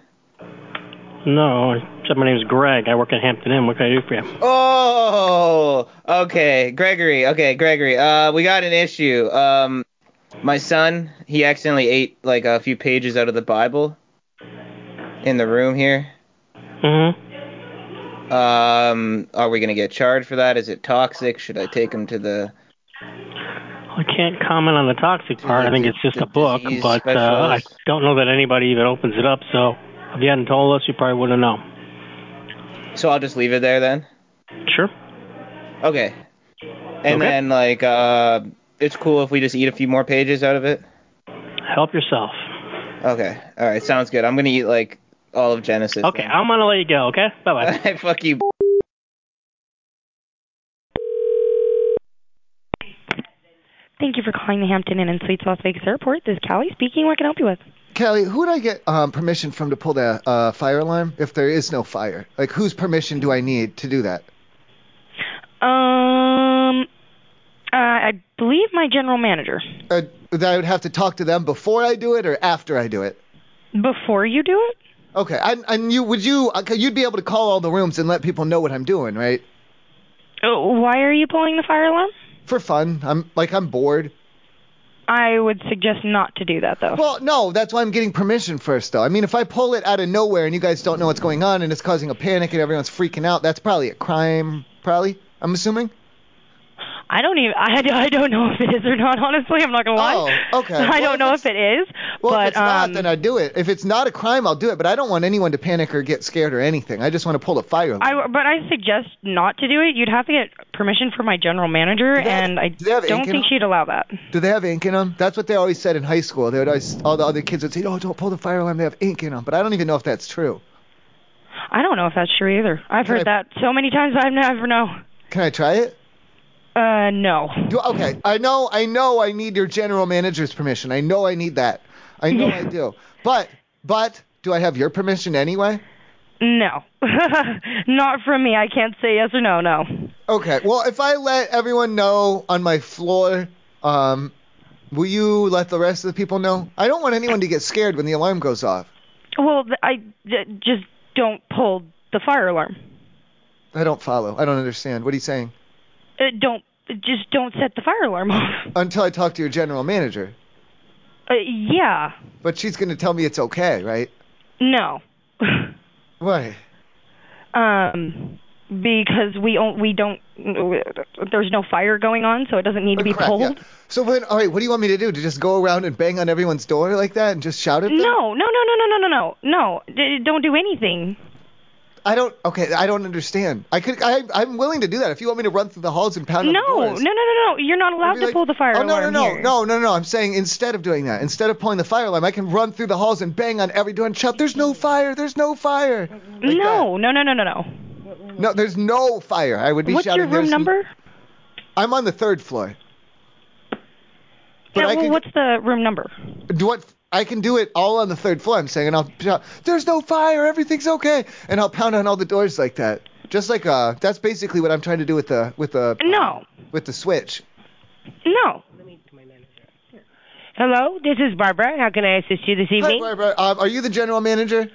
No, I said my name's Greg. I work at Hampton Inn. What can I do for you? Oh, okay, Gregory. Okay, Gregory. Uh, we got an issue. Um, my son, he accidentally ate like a few pages out of the Bible in the room here. Mm-hmm. Um, are we gonna get charged for that? Is it toxic? Should I take him to the? I can't comment on the toxic part. I think it's just a book, but uh, I specialist. don't know that anybody even opens it up. So if you hadn't told us, you probably wouldn't know. So I'll just leave it there then. Sure. Okay. And Okay. then like, uh, it's cool if we just eat a few more pages out of it. Help yourself. Okay. All right. Sounds good. I'm gonna eat like all of Genesis. Okay, I'm gonna let you go. Okay. Bye bye. Then. Fuck you. Thank you for calling the Hampton Inn and Suites Las Vegas Airport. This is Callie speaking. What can I help you with? Kelly, who would I get um, permission from to pull the uh, fire alarm if there is no fire? Like, whose permission do I need to do that? Um, uh, I believe my general manager. Uh, that I would have to talk to them before I do it or after I do it? Before you do it? Okay. And, and you would you uh, you'd be able to call all the rooms and let people know what I'm doing, right? Oh, why are you pulling the fire alarm? For fun. I'm like I'm bored. I would suggest not to do that though. Well, no, that's why I'm getting permission first, though. I mean, if I pull it out of nowhere and you guys don't know what's going on and it's causing a panic and everyone's freaking out, that's probably a crime, probably. I'm assuming. I don't even. I, I don't know if it is or not. Honestly, I'm not gonna lie. Oh, okay. I Well, don't if know if it is, Well, but if it's not, um, then I do it. If it's not a crime, I'll do it. But I don't want anyone to panic or get scared or anything. I just want to pull a fire. alarm. I but I suggest not to do it. You'd have to get permission from my general manager, and I they have don't ink in think them? she'd allow that. Do they have ink in them? That's what they always said in high school. They would always, all the other kids would say, "Oh, don't pull the fire alarm. They have ink in them." But I don't even know if that's true. I don't know if that's true either. I've Can heard that so many times. I've never know. Can I try it? Uh, no. Do, okay, I know, I know, I need your general manager's permission. I know I need that. I know I do. But, but, do I have your permission anyway? No. Not from me. I can't say yes or no. No. Okay. Well, if I let everyone know on my floor, um, will you let the rest of the people know? I don't want anyone to get scared when the alarm goes off. Well, th- I j- just don't pull the fire alarm. I don't follow. I don't understand. What are you saying? Uh, don't just don't set the fire alarm off. Until I talk to your general manager. Uh, yeah. But she's going to tell me it's okay, right? No. Why? Um, because we don't, we don't, there's no fire going on, so it doesn't need to be Crap, yeah. pulled. So when, all right, what do you want me to do? To just go around and bang on everyone's door like that and just shout at them? No, no, no, no, no, no, no, no, no. D- don't do anything. I don't. Okay, I don't understand. I could. I, I'm willing to do that if you want me to run through the halls and pound No, on no, the no, no, no. doors. You're not allowed I'd be to like, pull the fire oh, no, alarm no, no, here. no, no, no, no. I'm saying instead of doing that, instead of pulling the fire alarm, I can run through the halls and bang on every door and shout, "There's no fire! There's no fire!" no, no, no, no, no, no. No, there's no fire. I would be What's shouting. your room "There's n- number? I'm on the third floor. Yeah, well, what's the room number? Do what? I can do it all on the third floor. I'm saying, and I'll shout, "There's no fire! Everything's okay!" And I'll pound on all the doors like that. Just like uh, that's basically what I'm trying to do with the with the No. with the switch. No. Hello, this is Barbara. How can I assist you this evening? Hi, Barbara. Um, are you the general manager?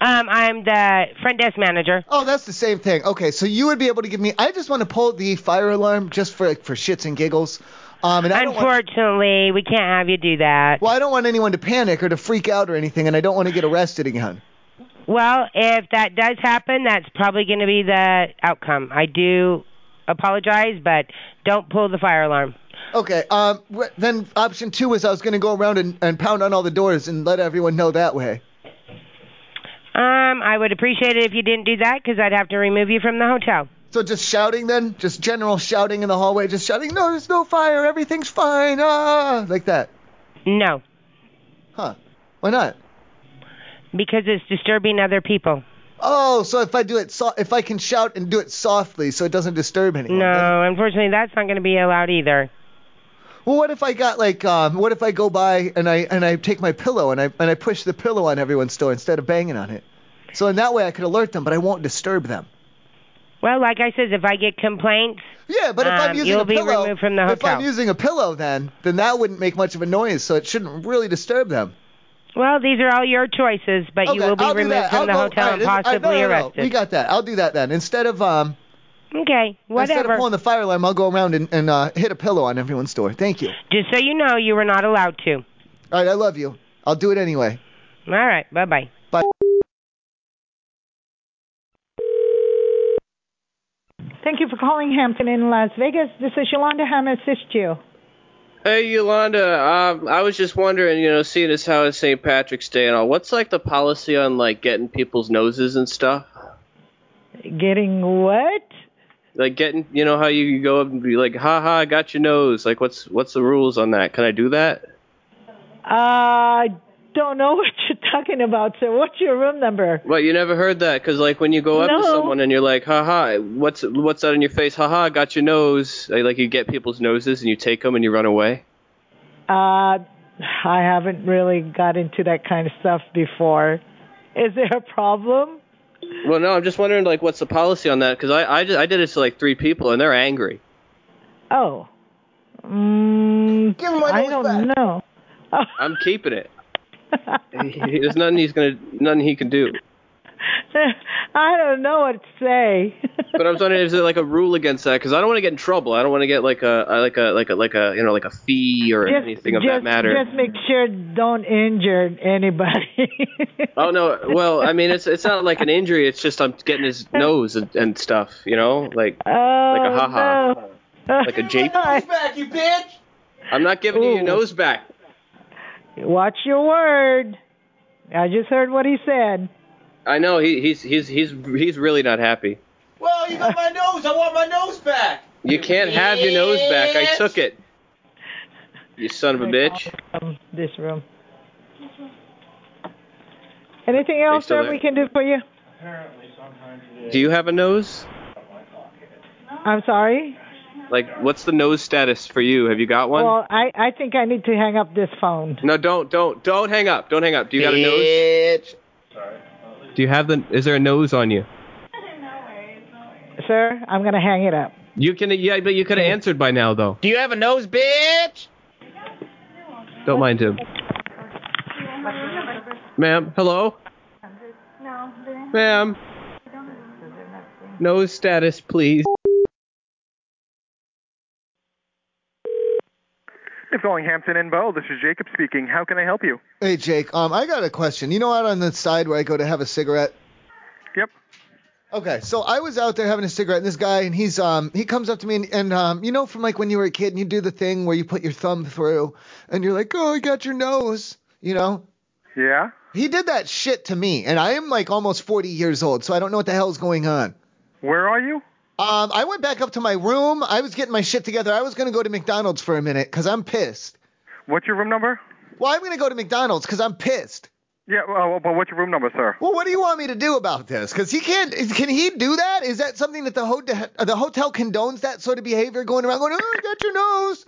Um, I'm the front desk manager. Oh, that's the same thing. Okay, so you would be able to give me. I just want to pull the fire alarm just for for shits and giggles. Um, and I don't want, Unfortunately, we can't have you do that. well, I don't want anyone to panic or to freak out or anything, and I don't want to get arrested again. Well, if that does happen, that's probably going to be the outcome. I do apologize, but don't pull the fire alarm. Okay. Um. wh- Then option two is I was going to go around and, and pound on all the doors and let everyone know that way. Um, I would appreciate it if you didn't do that because I'd have to remove you from the hotel. So just shouting then, just general shouting in the hallway, just shouting, "No, there's no fire. Everything's fine." Ah, like that. No. Huh? Why not? Because it's disturbing other people. Oh, so if I do it, so- if I can shout and do it softly, so it doesn't disturb anyone. No, unfortunately, that's not going to be allowed either. Well, what if I got like, um, what if I go by and I and I take my pillow and I and I push the pillow on everyone's door instead of banging on it? So in that way I could alert them, but I won't disturb them. Well, like I said, if I get complaints, um, yeah, But if I'm using you'll a pillow, be removed from the hotel. if I'm using a pillow, then then that wouldn't make much of a noise, so it shouldn't really disturb them. well, these are all your choices, but you Okay, will be I'll do removed that. from I'll the go- hotel all and right, I- possibly no, no, no, arrested. We got that. I'll do that then. Instead of um, Okay, instead of whatever. pulling the fire alarm, I'll go around and, and uh, hit a pillow on everyone's door. Thank you. Just so you know, you were not allowed to. All right, I love you. I'll do it anyway. All right, bye bye. Bye. Thank you for calling Hampton Inn Las Vegas. This is Yolanda. How may I assist you? Hey Yolanda, um, I was just wondering, you know, seeing as how it's St. Patrick's Day and all, what's like the policy on like getting people's noses and stuff? Getting what? Like getting, you know, how you go up and be like, "Ha ha, I got your nose." Like, what's what's the rules on that? Can I do that? I Uh, don't know what you're talking about, sir. What's your room number? Well, you never heard that because like when you go up No. to someone and you're like, "Ha ha, what's what's that on your face? Ha ha, I got your nose." Like, like you get people's noses and you take them and you run away. Uh, I haven't really got into that kind of stuff before. Is there a problem? Well, no, I'm just wondering like what's the policy on that because I I, ju- I did it to like three people and they're angry. Oh. Mm, Give my I don't know. I'm keeping it. There's nothing he's gonna, nothing he can do. I don't know what to say. But I was wondering, is there like a rule against that? Because I don't want to get in trouble. I don't want to get like a, a- like a, like a, like a, you know, like a fee or Just- anything of just, that matter. Just make sure don't injure anybody. oh no, well, I mean, it's it's not like an injury. It's just I'm getting his nose and, and stuff. You know, like like Oh, a haha, Oh, no. like a jape. back, you bitch! I'm not giving you your nose back. Watch your word. I just heard what he said. I know he he's he's he's he's really not happy. Well, you got my nose. I want my nose back. You can't have your nose back. I took it. You son of a bitch. This room. Anything else, still sir, there? we can do for you? Do you have a nose? I'm sorry. Like, what's the nose status for you? Have you got one? Well, I, I think I need to hang up this phone. No, don't, don't, don't hang up. Don't hang up. Do you got a nose? Do you have the? Is there a nose on you? Sir, I'm going to hang it up. You can, yeah, but you could have answered by now though. Do you have a nose, bitch? Don't mind him, ma'am. Hello, ma'am. Nose status, please. You're calling Hampton and Bow. This is Jacob speaking. How can I help you? Hey Jake, um, I got a question. You know out on the side where I go to have a cigarette? Yep. Okay, so I was out there having a cigarette, and this guy, and he's um, he comes up to me, and, and um, you know, from like when you were a kid, and you do the thing where you put your thumb through, and you're like, oh, I got your nose, you know. Yeah. He did that shit to me, and I am like almost 40 years old, so I don't know what the hell's going on. Where are you? Um, I went back up to my room. I was getting my shit together. I was gonna go to McDonald's for a minute because I'm pissed. What's your room number? Well, I'm gonna go to McDonald's because I'm pissed. Yeah, well, but what's your room number, sir? Well, what do you want me to do about this? Because he can't. is- Can he do that? Is that something that the hotel the hotel condones that sort of behavior going around? Going, oh, I got your nose.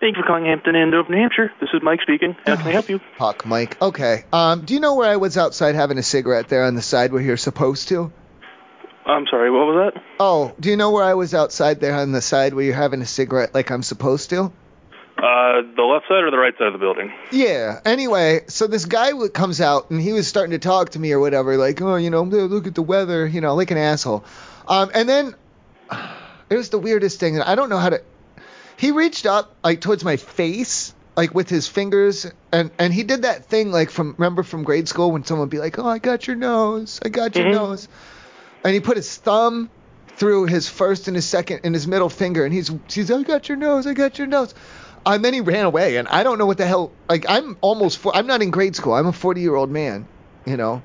Thank you for calling Hampton Inn, Dover, New Hampshire. This is Mike speaking. How can I help you? Fuck, Mike. Okay. Um, do you know where I was outside having a cigarette there on the side where you're supposed to? I'm sorry, what was that? Oh, do you know where I was outside there on the side where you're having a cigarette like I'm supposed to? Uh, the left side or the right side of the building? Yeah. Anyway, so this guy w- comes out and he was starting to talk to me or whatever, like, oh, you know, look at the weather, you know, like an asshole. Um, and then it was the weirdest thing. I don't know how to. He reached up like towards my face, like with his fingers, and and he did that thing like from remember from grade school when someone would be like, oh, I got your nose, I got your Mhm. nose, and he put his thumb through his first and his second and his middle finger, and he's he's I got your nose, I got your nose. And then he ran away, and I don't know what the hell. Like I'm almost, four, I'm not in grade school. I'm a 40 year old man, you know.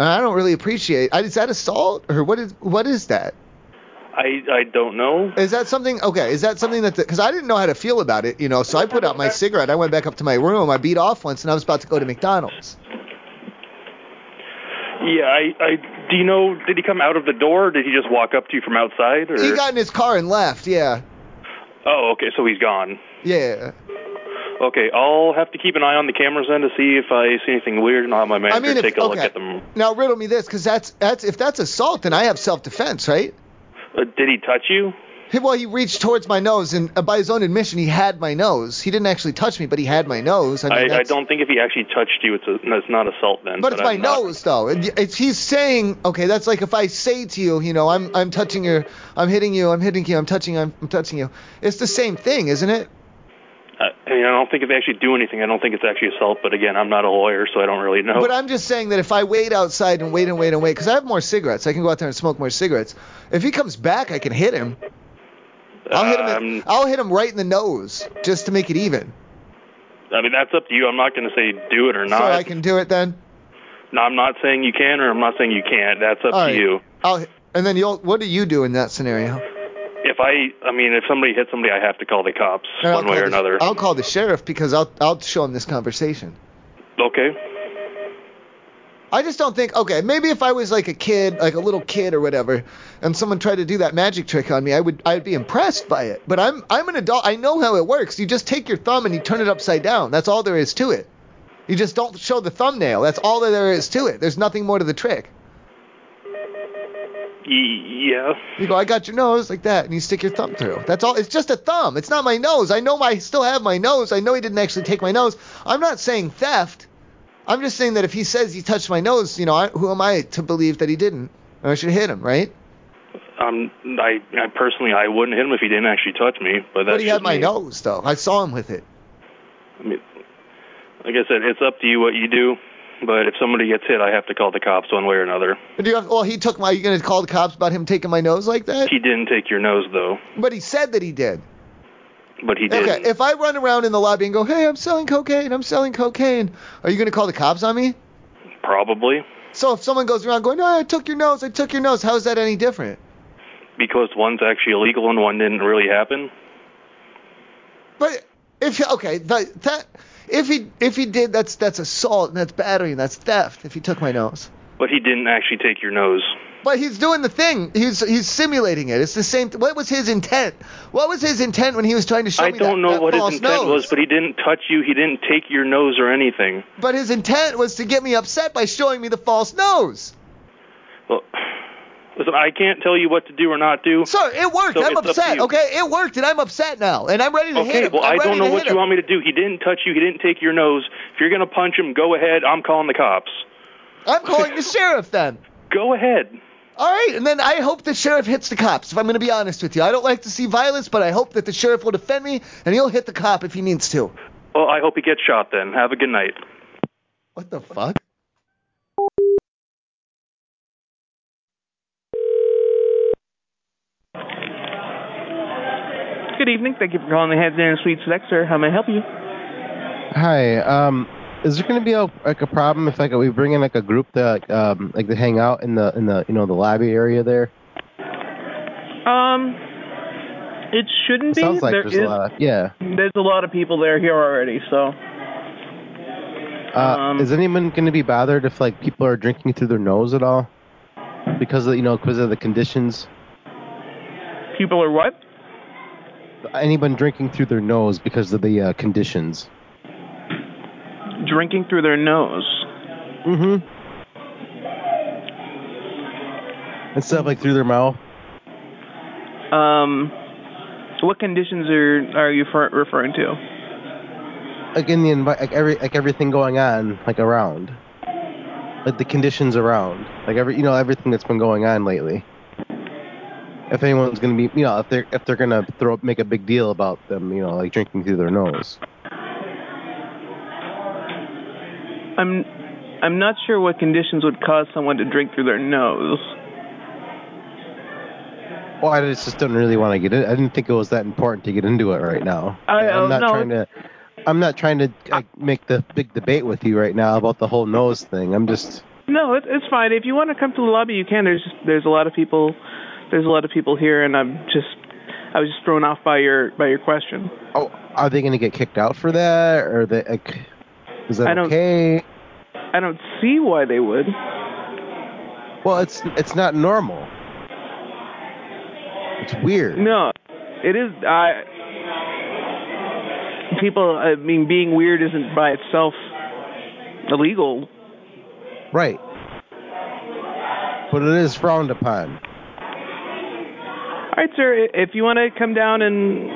And I don't really appreciate. Is that assault or what is what is that? I, I don't know. Is that something? Okay, is that something that? Because I didn't know how to feel about it, you know. So I put out my cigarette. I went back up to my room. I beat off once, and I was about to go to McDonald's. Yeah, I, I, do you know, did he come out of the door? Or did he just walk up to you from outside? Or? He got in his car and left. Yeah, oh, okay, so he's gone. yeah. Okay, I'll have to keep an eye on the cameras then to see if I see anything weird, and I'll have my manager mean, if- take a look okay. at them. Now riddle me this, because that's that's if that's assault, then I have self defense, right? Uh, did he touch you? He, well, he reached towards my nose, and uh, by his own admission, he had my nose. He didn't actually touch me, but he had my nose. I mean, I, I that's- don't think if he actually touched you, it's, a, no, it's not assault then. But it's my I'm not- nose, though. And y- It's, he's saying, okay, that's like if I say to you, you know, I'm I'm touching your, I'm hitting you, I'm hitting you, I'm touching, you, I'm, I'm touching you. It's the same thing, isn't it? I, uh, I mean, I don't think if they actually do anything, I don't think it's actually assault. But again, I'm not a lawyer, so I don't really know. But I'm just saying that if I wait outside and wait and wait and wait, because I have more cigarettes, I can go out there and smoke more cigarettes. If he comes back, I can hit him. I'll hit Um, him. I'll hit him right in the nose just to make it even. I mean, that's up to you. I'm not going to say do it or not. So I can do it then. No, I'm not saying you can or I'm not saying you can't. That's up All to right. you. I'll, and then you'll. What do you do in that scenario? If I, I mean, if somebody hits somebody, I have to call the cops And I'll one way call or the- another. Uh, I'll call the sheriff because I'll I'll show him this conversation. Okay. I just don't think. Okay, maybe if I was like a kid, like a little kid or whatever, and someone tried to do that magic trick on me, I would I'd be impressed by it. But I'm I'm an adult. I know how it works. You just take your thumb and you turn it upside down. That's all there is to it. You just don't show the thumbnail. That's all that there is to it. There's nothing more to the trick. Y- yeah. You go, I got your nose like that, and you stick your thumb through. That's all. It's just a thumb. It's not my nose. I know I still have my nose. I know he didn't actually take my nose. I'm not saying theft. I'm just saying that if he says he touched my nose, you know, I, who am I to believe that he didn't? I should hit him, right? Um, I, I personally, I wouldn't hit him if he didn't actually touch me. But that's But he had just my me. nose though. I saw him with it. I mean, like I said, it's up to you what you do. But if somebody gets hit, I have to call the cops one way or another. Do you have, well, he took my. You gonna call the cops about him taking my nose like that? He didn't take your nose though, But he said that he did. but he did. Okay, if I run around in the lobby and go, "Hey, I'm selling cocaine. I'm selling cocaine," are you gonna call the cops on me? Probably So if someone goes around going, "No, I took your nose. I took your nose," how is that any different? because one's actually illegal and one didn't really happen. But if okay, the, that if he if he did that's that's assault and that's battery and that's theft. If he took my nose, But he didn't actually take your nose. but he's doing the thing. He's he's simulating it. It's the same. Th- what was his intent? What was his intent when he was trying to show I me don't that, know that what his false intent nose? was, but he didn't touch you. He didn't take your nose or anything. But his intent was to get me upset by showing me the false nose. Well, listen, I can't tell you what to do or not do. Sir, it worked. So I'm it's up to upset. you. Okay, it worked, and I'm upset now, and I'm ready to hit Okay, him. well, I I'm ready don't know to what hit you him. want me to do. He didn't touch you. He didn't take your nose. If you're going to punch him, go ahead. I'm calling the cops. I'm calling the sheriff then. Go ahead. All right, and then I hope the sheriff hits the cops. If I'm going to be honest with you, I don't like to see violence, but I hope that the sheriff will defend me and he'll hit the cop if he needs to. Well, I hope he gets shot then. Have a good night. What the fuck? Good evening. Thank you for calling the Hampton Inn Suites Lexer. How may I help you? Hi. Um, is there going to be a, like a problem if like we bring in like a group that um like they hang out in the in the you know the lobby area there? Um, it shouldn't be. Sounds like There there's is- a lot. Of, yeah. There's a lot of people there here already, so Uh, Um, is anyone going to be bothered if like people are drinking through their nose at all? Because of you know because of the conditions. people are what? Anyone drinking through their nose because of the uh, conditions. Drinking through their nose. Mm-hmm. And stuff like through their mouth. Um, what conditions are are you fer- referring to? like in the envi- like every like everything going on like around like the conditions around like every you know everything that's been going on lately if anyone's gonna be you know if they're if they're gonna throw make a big deal about them you know like drinking through their nose I'm I'm not sure what conditions would cause someone to drink through their nose. well i just just don't really want to get it i didn't think it was that important to get into it right now I- am uh, not no. trying to i'm not trying to like, make the big debate with you right now about the whole nose thing i'm just No, it, it's fine. If you want to come to the lobby, you can. There's just, there's a lot of people, there's a lot of people here, and I'm just I was just thrown off by your by your question. oh are they gonna get kicked out for that or they like is that I don't- okay I don't see why they would. Well, it's it's not normal. It's weird. No, it is. I people. I mean, being weird isn't by itself illegal. Right. But it is frowned upon. All right, sir. i- If you want to come down and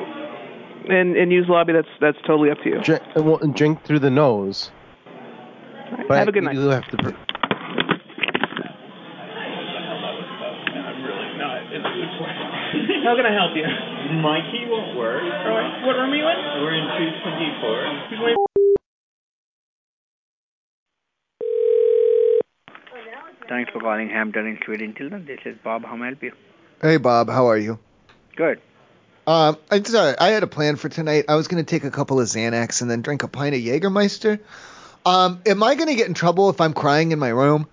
and and use lobby, that's that's totally up to you. Drink, well, drink through the nose. But have a good you night. do have to pr- How can I help you? My key won't work. What room are you in? We're in 224. Thanks for calling Hampton in Sweden. Till then, this is Bob. How may I help you? Hey Bob, how are you? Good. Um, I'm sorry. I had a plan for tonight. I was gonna take a couple of Xanax and then drink a pint of Jägermeister. Um, am I gonna get in trouble if I'm crying in my room?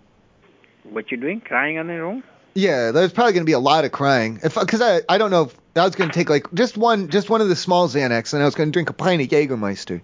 What you doing? Crying on the room? Yeah, there's probably gonna be a lot of crying. If because I I don't know. If, I was gonna take like just one just one of the small Xanax and I was gonna drink a pint of Jägermeister.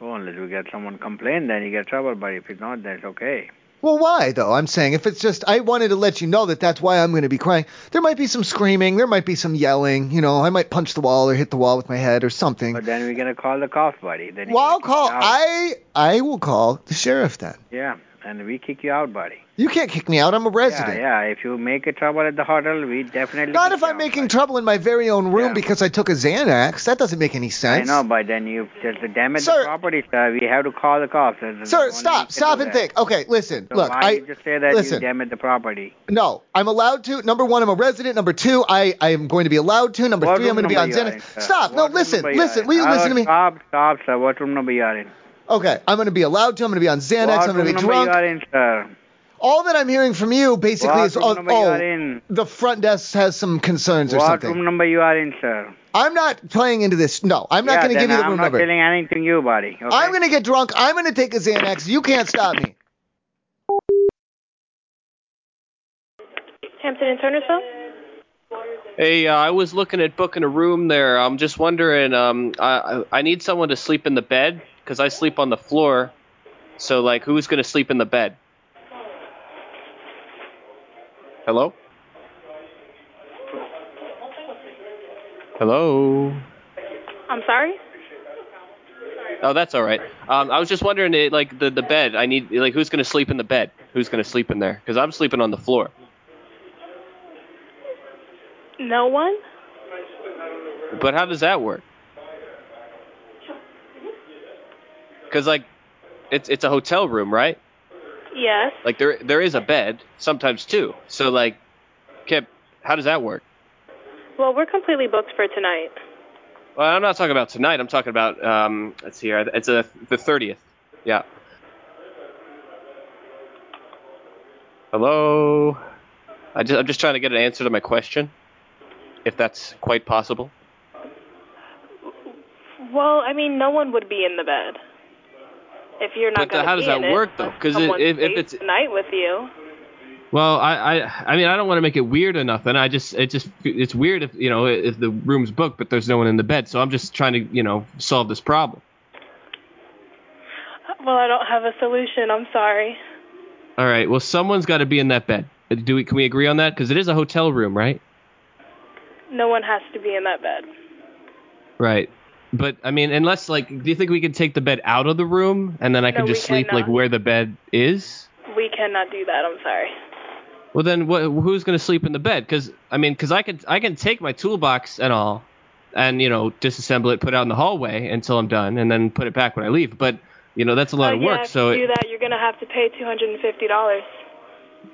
Oh, unless we get someone complain, then you get trouble. But if it's not, that's okay. Well, why though? I'm saying if it's just I wanted to let you know that that's why I'm going to be crying. There might be some screaming, there might be some yelling. You know, I might punch the wall or hit the wall with my head or something. But then we're gonna call the cops, buddy. Then you Well, I'll get kicked call. out. I I will call the sheriff then. Yeah, and we kick you out, buddy. You can't kick me out. I'm a resident. Yeah, yeah. If you make a trouble at the hotel, we definitely. Not if I'm making trouble in my very own room because I took a Xanax. That doesn't make any I sense. know, but then you just damage the property, sir. We have to call the cops. Sir, stop, stop and think. Okay, listen, So look, why I you just say that listen. you damage the property? No, I'm allowed to. Number one, I'm a resident. Number two, I, I am going to be allowed to. Number What three, I'm room going to be on number you are in, Xanax. sir? Stop. no, listen, number you listen. are Will you in? listen to me? Ah, Stop, stop, sir. What room number you are in? Okay, I'm going to be allowed to. I'm going to be on Xanax. what I'm going to room be number drunk. you are in, sir? All that I'm hearing from you basically What is, room oh, number you oh, are in? the front desk has some concerns or what something. room number you are in, sir? I'm not playing into this. No, I'm not Yeah, going to then give you the I'm room not number. telling anything you, buddy. Okay? I'm going to get drunk. I'm going to take a Xanax. You can't stop me. Hampton and Turnersville? Hey, uh, I was looking at booking a room there. I'm just wondering. Um, I I I need someone to sleep in the bed because I sleep on the floor. So like, who's gonna sleep in the bed? Hello. Hello. I'm sorry? Oh, that's all right. Um, I was just wondering, eh, like the the bed. I need like who's gonna sleep in the bed? Who's gonna sleep in there? Because I'm sleeping on the floor. No one? But how does that work? Because like, it's it's a hotel room, right? Yes. Like there there is a bed sometimes too. So like, can how does that work? Well, we're completely booked for tonight. Well, I'm not talking about tonight. I'm talking about um, let's see here. It's a the 30th. Yeah. Hello. I just, I'm just trying to get an answer to my question, if that's quite possible. Well, I mean, no one would be in the bed if you're not But going to how does that in it work, though? unless 'Cause it- someone if- if stays it's- the night with you. Well, I, I, I mean, I don't want to make it weird or nothing. I just, it just, it's weird if you know if the room's booked, but there's no one in the bed. So I'm just trying to, you know, solve this problem. Well, I don't have a solution. I'm sorry. All right. Well, someone's got to be in that bed. Do we? Can we agree on that? Because it is a hotel room, right? No one has to be in that bed. Right. But I mean, unless like, do you think we could take the bed out of the room and then I No, could we just sleep like cannot. where the bed is? We cannot do that. I'm sorry. Well, then what, who's gonna sleep in the bed? Because I mean, because I could, I can take my toolbox and all, and you know, disassemble it, put it out in the hallway until I'm done, and then put it back when I leave. But you know, that's a lot Uh, of yeah, work. if So, you do it, that, you're going to have to pay $250.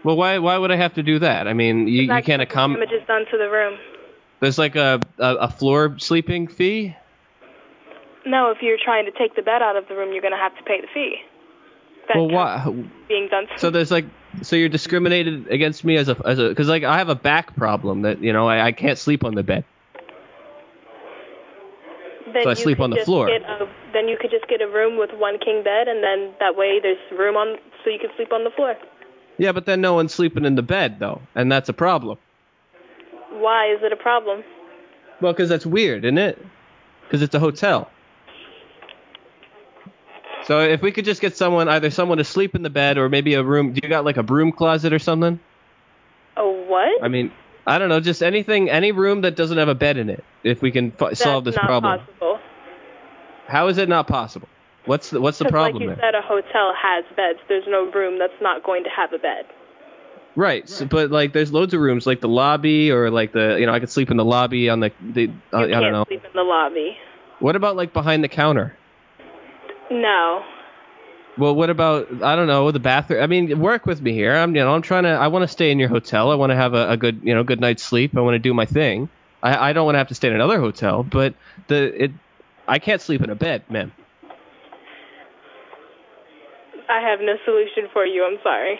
well, why, why would I have to do that? I mean, you, you can't accommodate. Damage is done to the room. There's like a, a a floor sleeping fee. No, if you're trying to take the bed out of the room, you're going to have to pay the fee. That Well, why? being done to So there's like, so you're discriminated against me as a as a because like I have a back problem that you know I, I can't sleep on the bed. then So I you sleep could on the just floor. get a- then you could just get a room with one king bed, and then that way there's room on so you can sleep on the floor. Yeah, but then no one's sleeping in the bed though, and that's a problem. Why is it a problem? Well, because that's weird, isn't it? Because it's a hotel. So if we could just get someone, either someone to sleep in the bed or maybe a room. Do you got like a broom closet or something? A what? I mean, I don't know, just anything, any room that doesn't have a bed in it. If we can f- That's solve this not problem, possible. how is it not possible? What's the, what's the 'Cause like problem you there? said, a hotel has beds. There's no room that's not going to have a bed. Right, so, but like there's loads of rooms, like the lobby or like the you know I could sleep in the lobby on the, the uh, I don't Can't know. sleep in the lobby. What about like behind the counter? No. Well, what about I don't know the bathroom? I mean, work with me here. I'm you know I'm trying to I want to stay in your hotel. I want to have a, a good you know good night's sleep. I want to do my thing. I, I don't want to have to stay in another hotel, but the it I can't sleep in a bed, man. I have no solution for you. I'm sorry.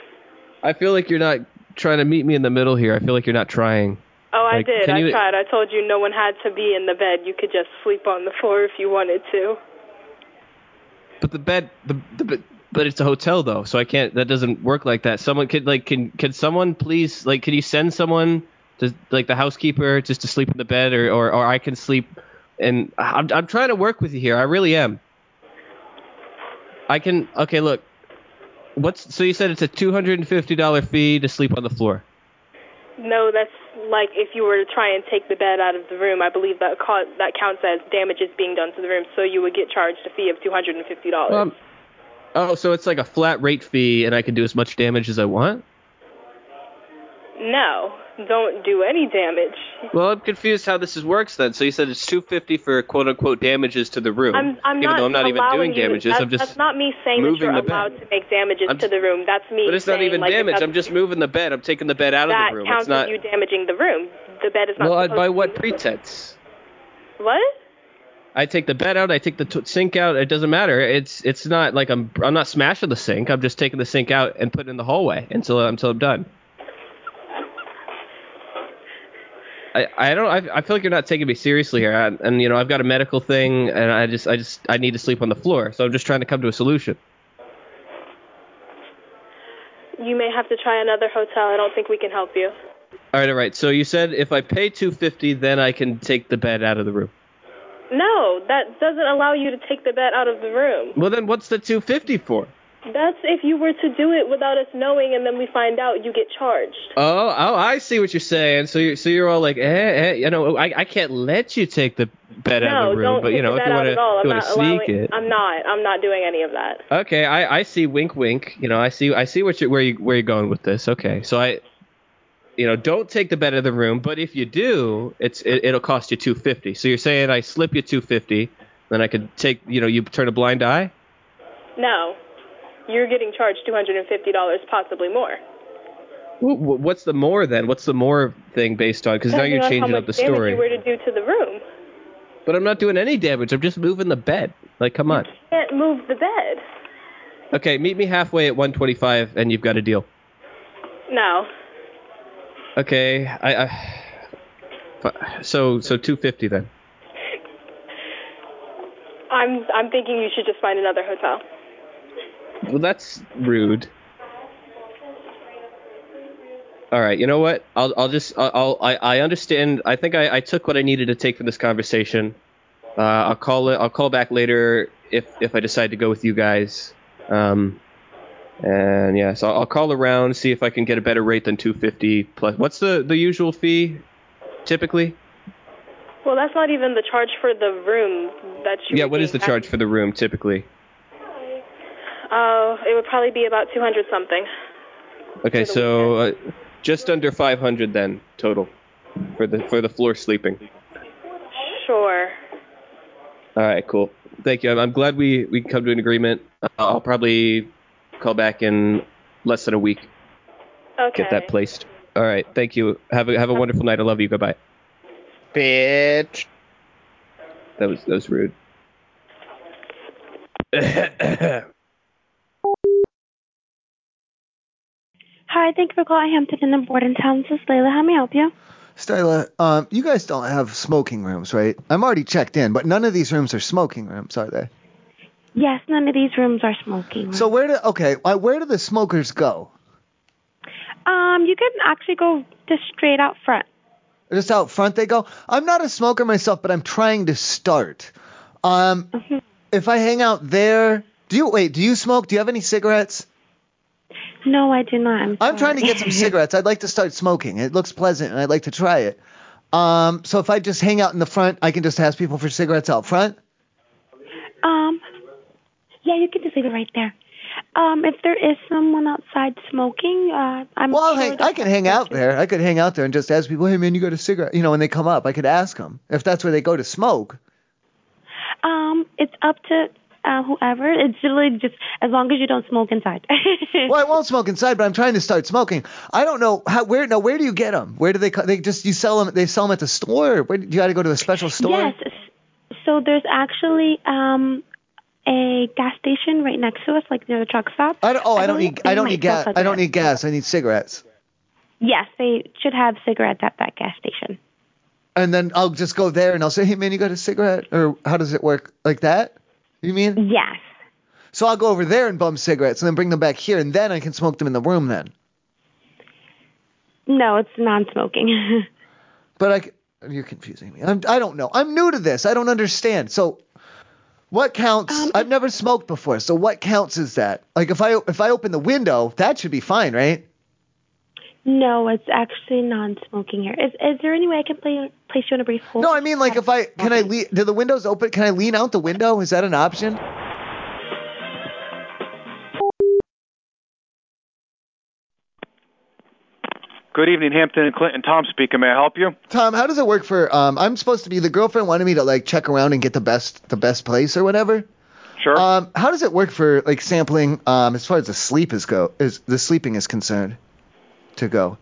I feel like you're not trying to meet me in the middle here. I feel like you're not trying. Oh, I Like, did. can I you- tried. I told you no one had to be in the bed. You could just sleep on the floor if you wanted to. But the bed, the, the but- but it's a hotel though, so I can't. That doesn't work like that. Someone could like can can someone please like can you send someone to like the housekeeper just to sleep in the bed or or, or I can sleep and I'm I'm trying to work with you here. I really am. I can okay look. What's so you said it's a two hundred and fifty dollar fee to sleep on the floor. No, that's like if you were to try and take the bed out of the room. I believe that ca- that counts as damages being done to the room, so you would get charged a fee of two hundred and fifty dollars. Um, oh, so it's like a flat rate fee and I can do as much damage as I want. No, don't do any damage. Well, I'm confused how this is works then. So you said it's 250 for quote unquote damages to the room, I'm, I'm even not though I'm not even allowing doing you- damages. That's, I'm just, that's not me saying that moving you're the bed. allowed to make damages I'm to the room. That's me. but it's not saying, even like, it damage. doesn't- I'm just moving the bed. I'm taking the bed out of that the room. counts It's not. as you damaging the room. The bed is not. well, I, by supposed what pretense? to- what? I take the bed out. I take the t- sink out. It doesn't matter. It's it's not like I'm I'm not smashing the sink. I'm just taking the sink out and putting it in the hallway until until I'm done. I, I don't I, I feel like you're not taking me seriously here I, and you know I've got a medical thing and I just I just I need to sleep on the floor so I'm just trying to come to a solution. You may have to try another hotel. I don't think we can help you. All right, all right. So you said if I pay 250, then I can take the bed out of the room. No, that doesn't allow you to take the bed out of the room. Well, then what's the 250 for? That's if you were to do it without us knowing, and then we find out you get charged. Oh, oh, I see what you're saying. So you're so you're all like, eh, eh you know, I, I can't let you take the bed out no, of the room, don't but you take know, the if bed you out want to at all. I'm you want not to sneak allowing, it. I'm not. I'm not doing any of that. Okay, I, I see wink wink. You know, I see I see what you where you where you're going with this. Okay. So I you know, don't take the bed out of the room, but if you do, it's it, it'll cost you 250. So you're saying I slip you 250, then I could take, you know, you turn a blind eye? No, you're getting charged $250, possibly more. Wh- wh- What's the more then? What's the more thing based on? Because now Depending you're on changing how up the much damage You story. were to do to the room. But I'm not doing any damage. I'm just moving the bed. Like, come on. Can't move the bed. Okay, meet me halfway at 125, and you've got a deal. No. Okay, I. I fi- so so 250 then. I'm I'm thinking you should just find another hotel. Well, that's rude. All right, you know what? I'll I'll just I'll, I'll I I understand. I think I, I took what I needed to take from this conversation. Uh, I'll call it. I'll call back later if if I decide to go with you guys. Um, and yeah, so I'll, I'll call around see if I can get a better rate than 250 plus. What's the the usual fee, typically? Well, that's not even the charge for the room that you. Yeah, what is the charge for the room typically? Uh, it would probably be about 200 something. Okay, so uh, just under 500 then total for the for the floor sleeping. Sure. All right, cool. Thank you. I'm, I'm glad we we come to an agreement. Uh, I'll probably call back in less than a week. Okay. Get that placed. All right. Thank you. Have a have a wonderful night. I love you. Goodbye. Bitch. That was that was rude. Hi, thank you for calling Hampton Inn and Bordentown. This is Layla. How may I help you? Stella, um, you guys don't have smoking rooms, right? I'm already checked in, but none of these rooms are smoking rooms, are they? Yes, none of these rooms are smoking. So where do okay, uh, where do the smokers go? Um, you can actually go just straight out front. Just out front they go. I'm not a smoker myself, but I'm trying to start. Um, if I hang out there, do you wait? Do you smoke? Do you have any cigarettes? No, I do not. I'm, I'm trying to get some cigarettes. I'd like to start smoking. It looks pleasant, and I'd like to try it. Um, so if I just hang out in the front, I can just ask people for cigarettes out front. Um, yeah, you can just leave it right there. Um, if there is someone outside smoking, uh, I'm well, I'll sure hang, that- I could hang out there. I could hang out there and just ask people, "Hey, man, you got a cigarette?" You know, when they come up, I could ask them if that's where they go to smoke. Um, it's up to uh, whoever. It's really just as long as you don't smoke inside. well, I won't smoke inside, but I'm trying to start smoking. I don't know how. Where now? Where do you get them? Where do they? co- They just you sell them? They sell them at the store? Where, do you got to go to a special store? Yes. s- So there's actually um a gas station right next to us, like near the truck stop. I don't, oh, I, don't believe need. they I don't might need sell gas. I don't cigarettes. need gas. I need cigarettes. Yes, they should have cigarettes at that gas station. And then I'll just go there and I'll say, "Hey, man, you got a cigarette?" Or how does it work? Like that? You mean? Yes. So I'll go over there and bum cigarettes, and then bring them back here, and then I can smoke them in the room. Then. No, it's non-smoking. But I, c- you're confusing me. I'm, I don't know. I'm new to this. I don't understand. So, what counts? I've never smoked before. So what counts is that? Like if I if I open the window, that should be fine, right? no, it's actually non-smoking here. Is is there any way I can play, place you on a brief hold? No, I mean like if I can I le- do the windows open? Can I lean out the window? Is that an option? Good evening, Hampton and Clinton. Tom speaking. May I help you? Tom, how does it work for? Um, I'm supposed to be the girlfriend wanted me to like check around and get the best the best place or whatever. Sure. Um, how does it work for like sampling? Um, as far as the sleep is go is the sleeping is concerned, to go.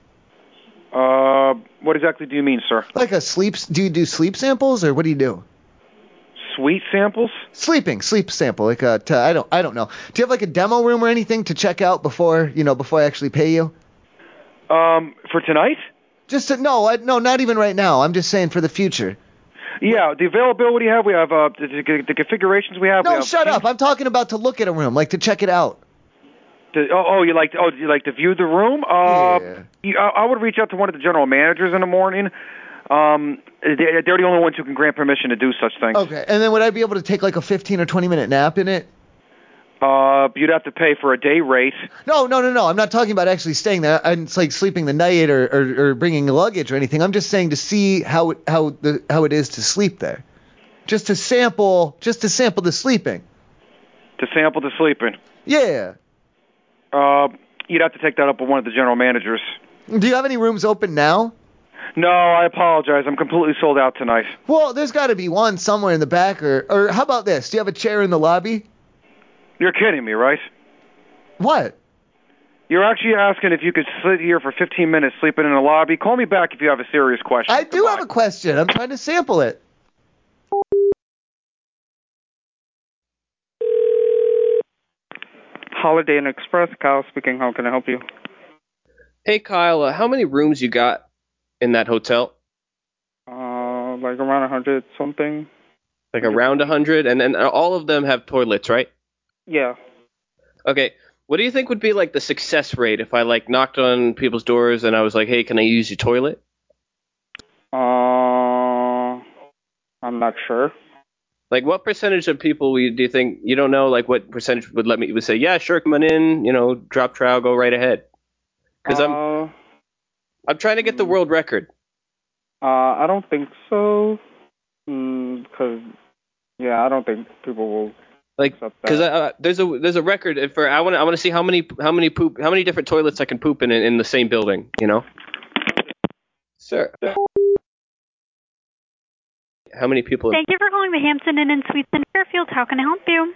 Uh, what exactly do you mean, sir? Like a sleep? Do you do sleep samples or what do you do? Sweet samples? Sleeping, sleep sample. Like a, to, I don't, I don't know. Do you have like a demo room or anything to check out before you know before I actually pay you? Um, for tonight? Just to, no, I, no, not even right now. I'm just saying for the future. Yeah, the availability we have, we have uh, the, the, the configurations we have. we No, have shut up. I'm talking about to look at a room, like to check it out. The, oh, oh, you like oh, you like to view the room? Uh, you, I, I would reach out to one of the general managers in the morning. Um, they're, they're the only ones who can grant permission to do such things. Okay, and then would I be able to take like a 15 or 20 minute nap in it? Uh, you'd have to pay for a day rate. No, no, no, no. I'm not talking about actually staying there. And it's like sleeping the night or, or, or bringing luggage or anything. I'm just saying to see how it- how the how it is to sleep there, just to sample, just to sample the sleeping. to sample the sleeping. Yeah. Uh, you'd have to take that up with one of the general managers. Do you have any rooms open now? No, I apologize. I'm completely sold out tonight. Well, there's got to be one somewhere in the back, or or how about this? Do you have a chair in the lobby? You're kidding me, right? What? You're actually asking if you could sit here for 15 minutes sleeping in a lobby. Call me back if you have a serious question. I do have a question. I'm trying to sample it. Holiday Inn Express, Kyle speaking. How can I help you? Hey Kyle, uh, how many rooms you got in that hotel? Uh, like around a hundred something. Like around a hundred, and and all of them have toilets, right? Yeah. Okay. What do you think would be like the success rate if I like knocked on people's doors and I was like, "Hey, can I use your toilet?" Uh, I'm not sure. Like, what percentage of people we- do you think you don't know? Like, what percentage would let me would say, "Yeah, sure, come on in. You know, drop trowel, go right ahead." Because I'm I'm trying to get the world record. Uh, I don't think so. Mm, Cause, yeah, I don't think people will like accept that. Because uh, there's a there's a record for I want I want to see how many how many poop how many different toilets I can poop in in the same building. You know. Sir. How many people? Thank you for calling the Hampton Inn and Suites in Fairfield. How can I help you?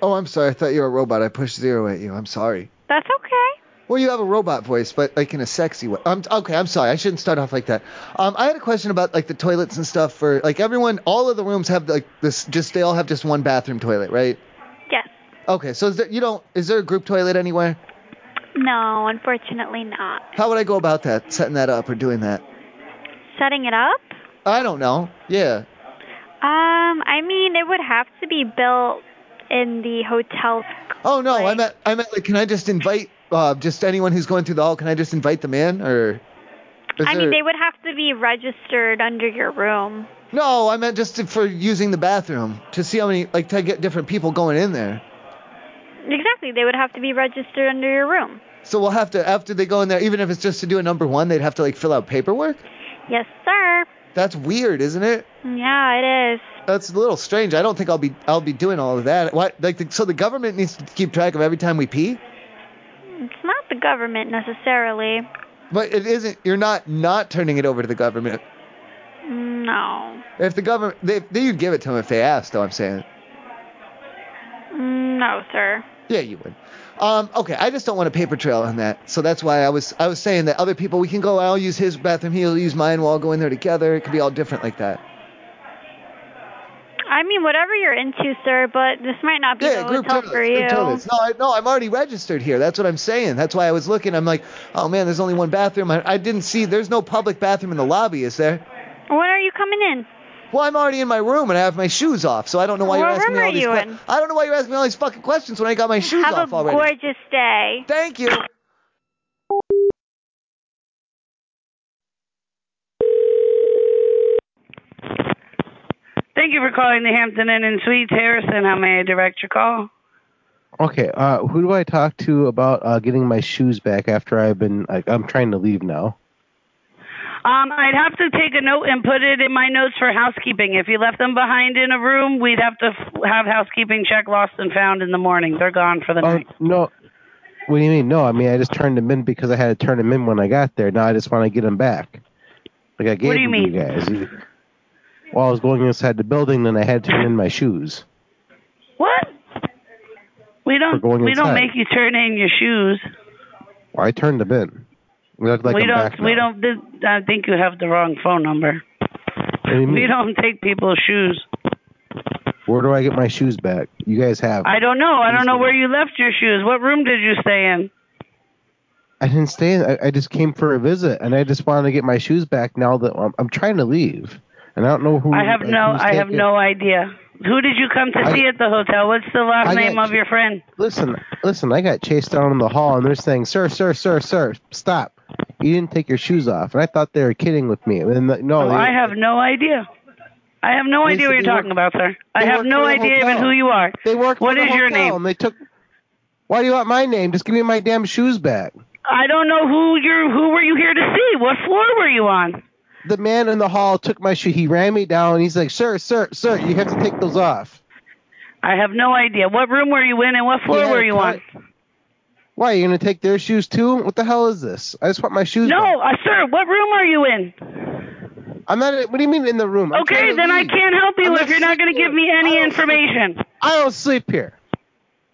Oh, I'm sorry. I thought you were a robot. I pushed zero at you. I'm sorry. That's okay. Well, you have a robot voice, but like in a sexy way. Um, okay, I'm sorry. I shouldn't start off like that. Um, I had a question about like the toilets and stuff for like everyone. All of the rooms have like this. Just they all have just one bathroom toilet, right? Yes. Okay, so is there, you don't. Is there a group toilet anywhere? No, unfortunately not. How would I go about that? Setting that up or doing that? Setting it up? I don't know. Yeah. Um, I mean, it would have to be built in the hotel. Oh no, I meant I meant like, can I just invite uh, just anyone who's going through the hall? Can I just invite them in or? is I there- mean, they would have to be registered under your room. No, I meant just to, for using the bathroom to see how many like to get different people going in there. Exactly, they would have to be registered under your room. So we'll have to after they go in there, even if it's just to do a number one, they'd have to like fill out paperwork. Yes, sir. That's weird, isn't it? Yeah, it is. That's a little strange. I don't think I'll be I'll be doing all of that. Why? Like the, so the government needs to keep track of every time we pee, It's not the government necessarily. but it isn't. You're not not turning it over to the government. No. If the government, they they would give it to them if they asked. Though I'm saying, Mm, No, sir. yeah, you would. Um, okay, I just don't want a paper trail on that. So that's why I was I was saying that other people we can go. I'll use his bathroom. He'll use mine. We'll all go in there together. It could be all different like that. I mean, whatever you're into, sir, but this might not be Yeah, the group hotel toilets. for group you. toilets. No, I, no, I'm already registered here. That's what I'm saying. That's why I was looking. I'm like, oh man, there's only one bathroom. I, I didn't see. There's no public bathroom in the lobby, is there? When are you coming in? Well, I'm already in my room and I have my shoes off, so I don't know why What you're room asking me all are these. you que- in? I don't know why you're asking me all these fucking questions when I got my shoes Have off a already. gorgeous day. Thank you. Thank you for calling the Hampton Inn and Suites, Harrison. How may I direct your call? Okay, uh, who do I talk to about uh, getting my shoes back after I've been like I'm trying to leave now? Um, I'd have to take a note and put it in my notes for housekeeping. If you left them behind in a room, we'd have to f- have housekeeping check lost and found in the morning. They're gone for the Oh night. no. What do you mean? No, I mean I just turned them in because I had to turn them in when I got there. Now I just want to get them back. Like I gave do you them to mean? you guys. You- While I was going inside the building, then I had to turn in my shoes. What? We We're don't. going We don't inside. make you turn in your shoes. Well, I turned them in. We look like we I'm don't. back we now. don't. This, I think you have the wrong phone number. What do We you mean? don't take people's shoes. Where do I get my shoes back? You guys have. I don't know. I don't know where you left your shoes. What room did you stay in? I didn't stay. In, I, I just came for a visit, and I just wanted to get my shoes back. Now that I'm, I'm trying to leave, and I don't know who. I have like, no. who's I have taking- no idea. Who did you come to see at the hotel? What's the last I name got of your friend? Listen, listen. I got chased down in the hall, and they're saying, "Sir, sir, sir, sir, stop! You didn't take your shoes off." And I thought they were kidding with me. And the, no, Oh, they, I have no idea. I have no They idea said what you're they work- talking about, sir. I they have work no for the idea even hotel. who you are. They work. What for the is your hotel, name? And they took. Why do you want my name? Just give me my damn shoes back. I don't know who you're. Who were you here to see? What floor were you on? The man in the hall took my shoe. He ran me down. He's like, "Sir, sir, sir, you have to take those off." I have no idea. What room were you in and what floor Yeah, were you on? Why are you gonna take their shoes too? What the hell is this? I just want my shoes. No, back. uh, sir. What room are you in? I'm not. What do you mean in the room? I'm trying Okay, to then I leave. can't help you I'm if you're not going to give me any information. I don't sleep here.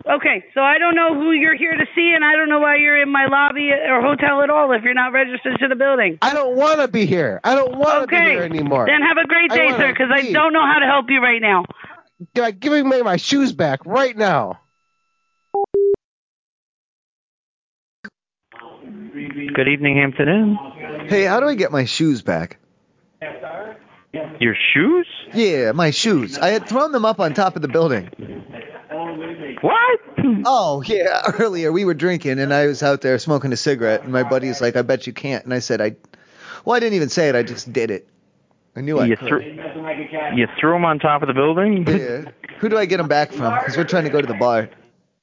Okay, so I don't know who you're here to see, and I don't know why you're in my lobby or hotel at all if you're not registered to the building. I don't want to be here. I don't want to be Okay, here anymore. then have a great I day, wanna sir, because I leave. don't know how to help you right now. God, give me my shoes back right now. Good evening, Hampton Inn. Hey, how do I get my shoes back? Your shoes? Yeah, my shoes. I had thrown them up on top of the building. What? Oh, yeah. Earlier we were drinking and I was out there smoking a cigarette and my buddy's like, I bet you can't. And I said, I, well, I didn't even say it. I just did it. I knew I You could. threw- You threw them on top of the building? Yeah. Who do I get them back from? Because we're trying to go to the bar.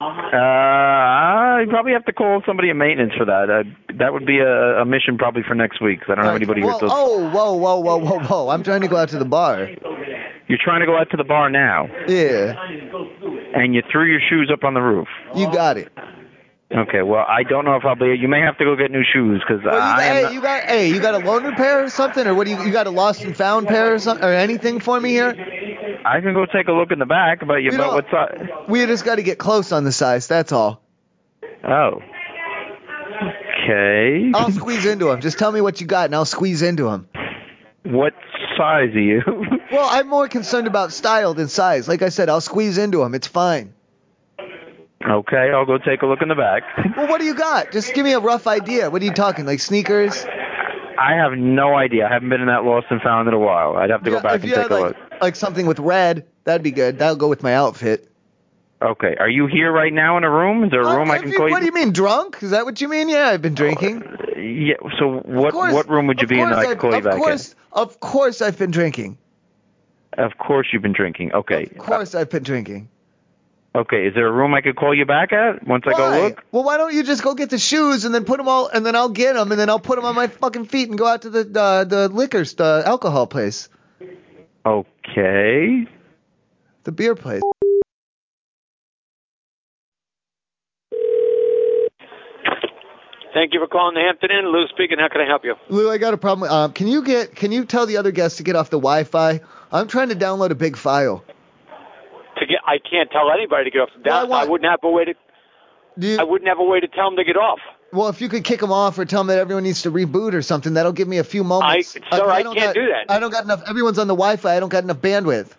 Uh, you probably have to call somebody in maintenance for that. Uh, that would be a, a mission probably for next week. 'cause I don't have anybody here. Whoa, till- oh, whoa, whoa, whoa, whoa, whoa. I'm trying to go out to the bar. You're trying to go out to the bar now, Yeah. and you threw your shoes up on the roof. You got it. Okay, well, I don't know if I'll be. You may have to go get new shoes because I am. hey, not- you got hey, you got a loan repair or something, or what do you you got a lost and found pair or something, or anything for me here? I can go take a look in the back, but you We know don't- what's up? We just got to get close on the size. That's all. Oh. Okay. I'll squeeze into him. Just tell me what you got, and I'll squeeze into him. What size are you? Well, I'm more concerned about style than size. Like I said, I'll squeeze into him. It's fine. okay, I'll go take a look in the back. Well, what do you got? Just give me a rough idea. What are you talking? Like sneakers? I have no idea. I haven't been in that lost and found in a while. I'd have to go back and you take had a like look. like something with red, that'd be good. That'll go with my outfit. Okay, are you here right now in a room? Is there a room I can call you? Oh, uh, What do you mean drunk? Is that what you mean? Yeah, I've been drinking. Yeah. So what course- what room would you be in that I could I've- call you of back course, Of course, I've been drinking. in? Of course you've been drinking. Okay. Of course, I've been drinking. Okay. Is there a room I could call you back at once I Why? go look? Well, why don't you just go get the shoes and then put them all, and then I'll get them, and then I'll put them on my fucking feet and go out to the uh, the liquor, st- uh, alcohol place, Okay. the beer place. Thank you for calling the Hampton Inn. Lou speaking. How can I help you? Lou, I got a problem. Um, can you get? Can you tell the other guests to get off the Wi-Fi? I'm trying to download a big file. To get, I can't tell anybody to get off. That, I wouldn't have a way to. I wouldn't have a way to tell them to get off. Well, if you could kick them off or tell them that everyone needs to reboot or something, that'll give me a few I, moments. sir, Uh, I, don't can't got- do that. I don't got enough. Everyone's on the Wi-Fi. I don't got enough bandwidth.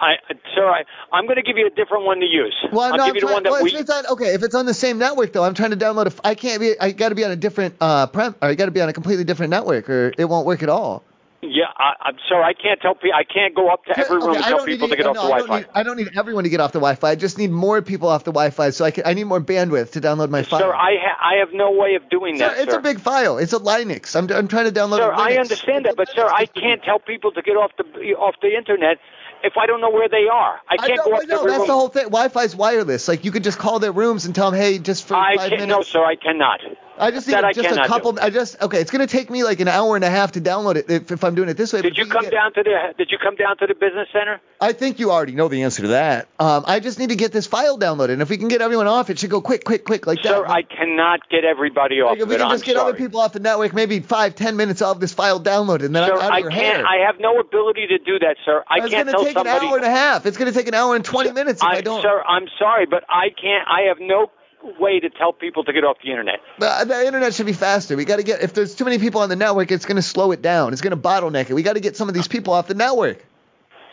I, sir, I, I'm going to give you a different one to use. Well, I'll no, give I'm you the trying- one that well, we. if it's on, okay, if it's on the same network though, I'm trying to download. A, f- I can't be. I got to be on a different uh prem, or I got to be on a completely different network, or it won't work at all. Yeah, I, I'm sorry. I can't tell. pe- I can't go up to every room Okay, and I tell don't people need, to get off the no, I Wi-Fi. don't need- I don't need everyone to get off the Wi-Fi. I just need more people off the Wi-Fi, so I can. I need more bandwidth to download my file. Sir, I ha- I have no way of doing Sir, that. it's sir. a big file. It's a Linux. I'm, I'm trying to download. Sir, a I Linux. understand that, but sir, I can't tell people to get off the off the internet if I don't know where they are. I can't don't, go up I know, to every that's room. the whole thing. Wi-Fi's wireless. Like you could just call their rooms and tell them, hey, just for I five can't. minutes. No, sir, I cannot. I just need that I just cannot a do. couple. I just okay. It's gonna take me like an hour and a half to download it if, if I'm doing it this way. Did you come down to the Did you come down to the business center? I think you already know the answer to that. Um, I just need to get this file downloaded, and if we can get everyone off, it should go quick, quick, quick, like Sir, that. I cannot get everybody off. Like, if we of it, can I'm just get sorry. other people off the network, maybe five, ten minutes of this file downloaded, and then Sir, I'm out of I your can't. hair. I have no ability to do that, sir. I it's can't gonna tell take somebody. an hour and a half. It's gonna take an hour and twenty minutes if I, I- don't. Sir, I'm sorry, but I can't. I have no way to tell people to get off the internet. The, uh, the internet should be faster. We got to get if there's too many people on the network, it's going to slow it down. It's going to bottleneck it. We got to get some of these people off the network.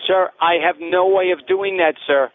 Sir, I have no way of doing that, sir.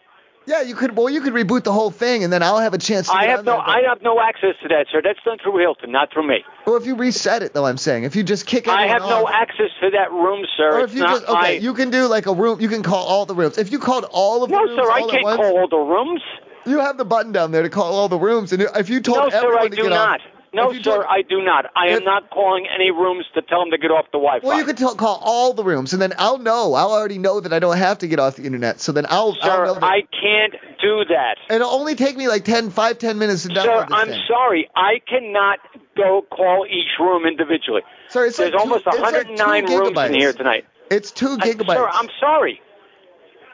Yeah, you could. Well, you could reboot the whole thing, and then I'll have a chance. To I get have on no. there, but- I have no access to that, sir. That's done through Hilton, not through me. Well, if you reset it, though, I'm saying if you just kick I everyone have no off, access to that room, sir. Or if it's you not just okay, my. you can do like a room. You can call all the rooms. If you called all of the no, rooms sir. I all at can't once, call all the rooms. you have the button down there to call all the rooms, and if you told No, sir. everyone I to do get not. off, No, if you sir. told- I do not. I am not calling any rooms to tell them to get off the Wi-Fi. Well, you could tell, call all the rooms, and then I'll know. I'll already know that I don't have to get off the internet. So then I'll, I'll know sir, that I can't do that. It'll only take me like 10, 5, 10 minutes to download Sir, this I'm thing. sorry. I cannot go call each room individually. Sir, it's There's like two- almost it's like 109 two rooms in gigabytes. here tonight. It's two gigabytes. Sir, I'm sorry.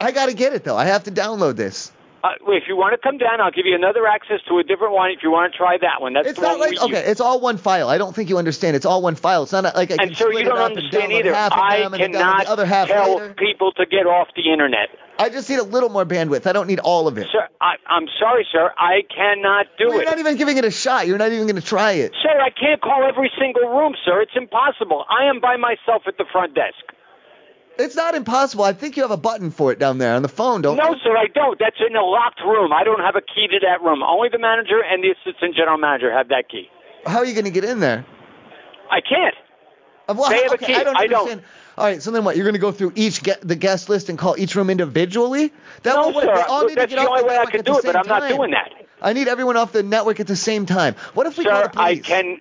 I gotta get it though. I have to download this. Uh, if you want to come down, I'll give you another access to a different one. If you want to try that one, that's It's the not one like we use. okay, it's all one file. I don't think you understand. It's all one file. It's not like I can and sir, split you it don't up understand and download either. half of I them and then download cannot the other half tell later. people to get off the internet. I just need a little more bandwidth. I don't need all of it. Sir, I, I'm sorry, sir. I cannot do You're it. not even giving it a shot. You're not even gonna try it. Sir, I can't call every single room, sir. It's impossible. I am by myself at the front desk. It's not impossible. I think you have a button for it down there on the phone, don't No, you? sir, I don't. That's in a locked room. I don't have a key to that room. Only the manager and the assistant general manager have that key. How are you going to get in there? I can't. Uh, well, They have a okay, key. I don't I don't. understand. All right, so then what? You're going to go through each ge- the guest list and call each room individually? That No, will work. sir. They all Look, need that's to the get off only the way I network could at the do it, but same I'm not time. doing that. I need everyone off the network at the same time. What if we call the Sir, I police? can.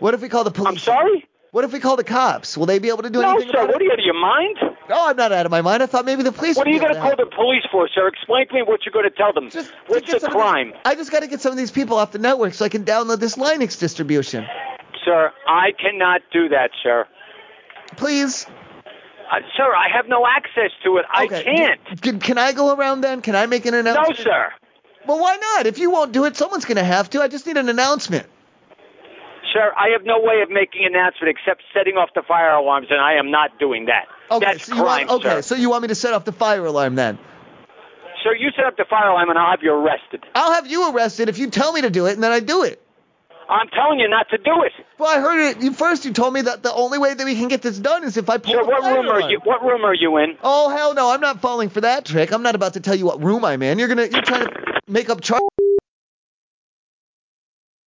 What if we call the police? I'm sorry. What if we call the cops? Will they be able to do no, anything? sir. about What are it? you out of your mind? No, I'm not out of my mind. I thought maybe the police. What are would you be going able to help. call the police for, sir? Explain to me what you're going to tell them. What's Get the some of these- crime, I just got to get some of these people off the network so I can download this Linux distribution. sir? I cannot do that, sir. Please. Uh, sir, I have no access to it. I can't. Can, can I go around then? Can I make an announcement? No, sir. Well, why not? If you won't do it, someone's going to have to. I just need an announcement. Sir, I have no way of making an announcement except setting off the fire alarms, and I am not doing that. Okay, That's so you crime, want, okay, sir. so you want me to set off the fire alarm then? Sir, you set up the fire alarm, and I'll have you arrested. I'll have you arrested if you tell me to do it, and then I do it. I'm telling you not to do it. Well, I heard it. You first you told me that the only way that we can get this done is if I pull Sir, the what fire room are alarm. you? What room are you in? Oh hell no! I'm not falling for that trick. I'm not about to tell you what room I'm in. You're gonna you're trying to make up charges.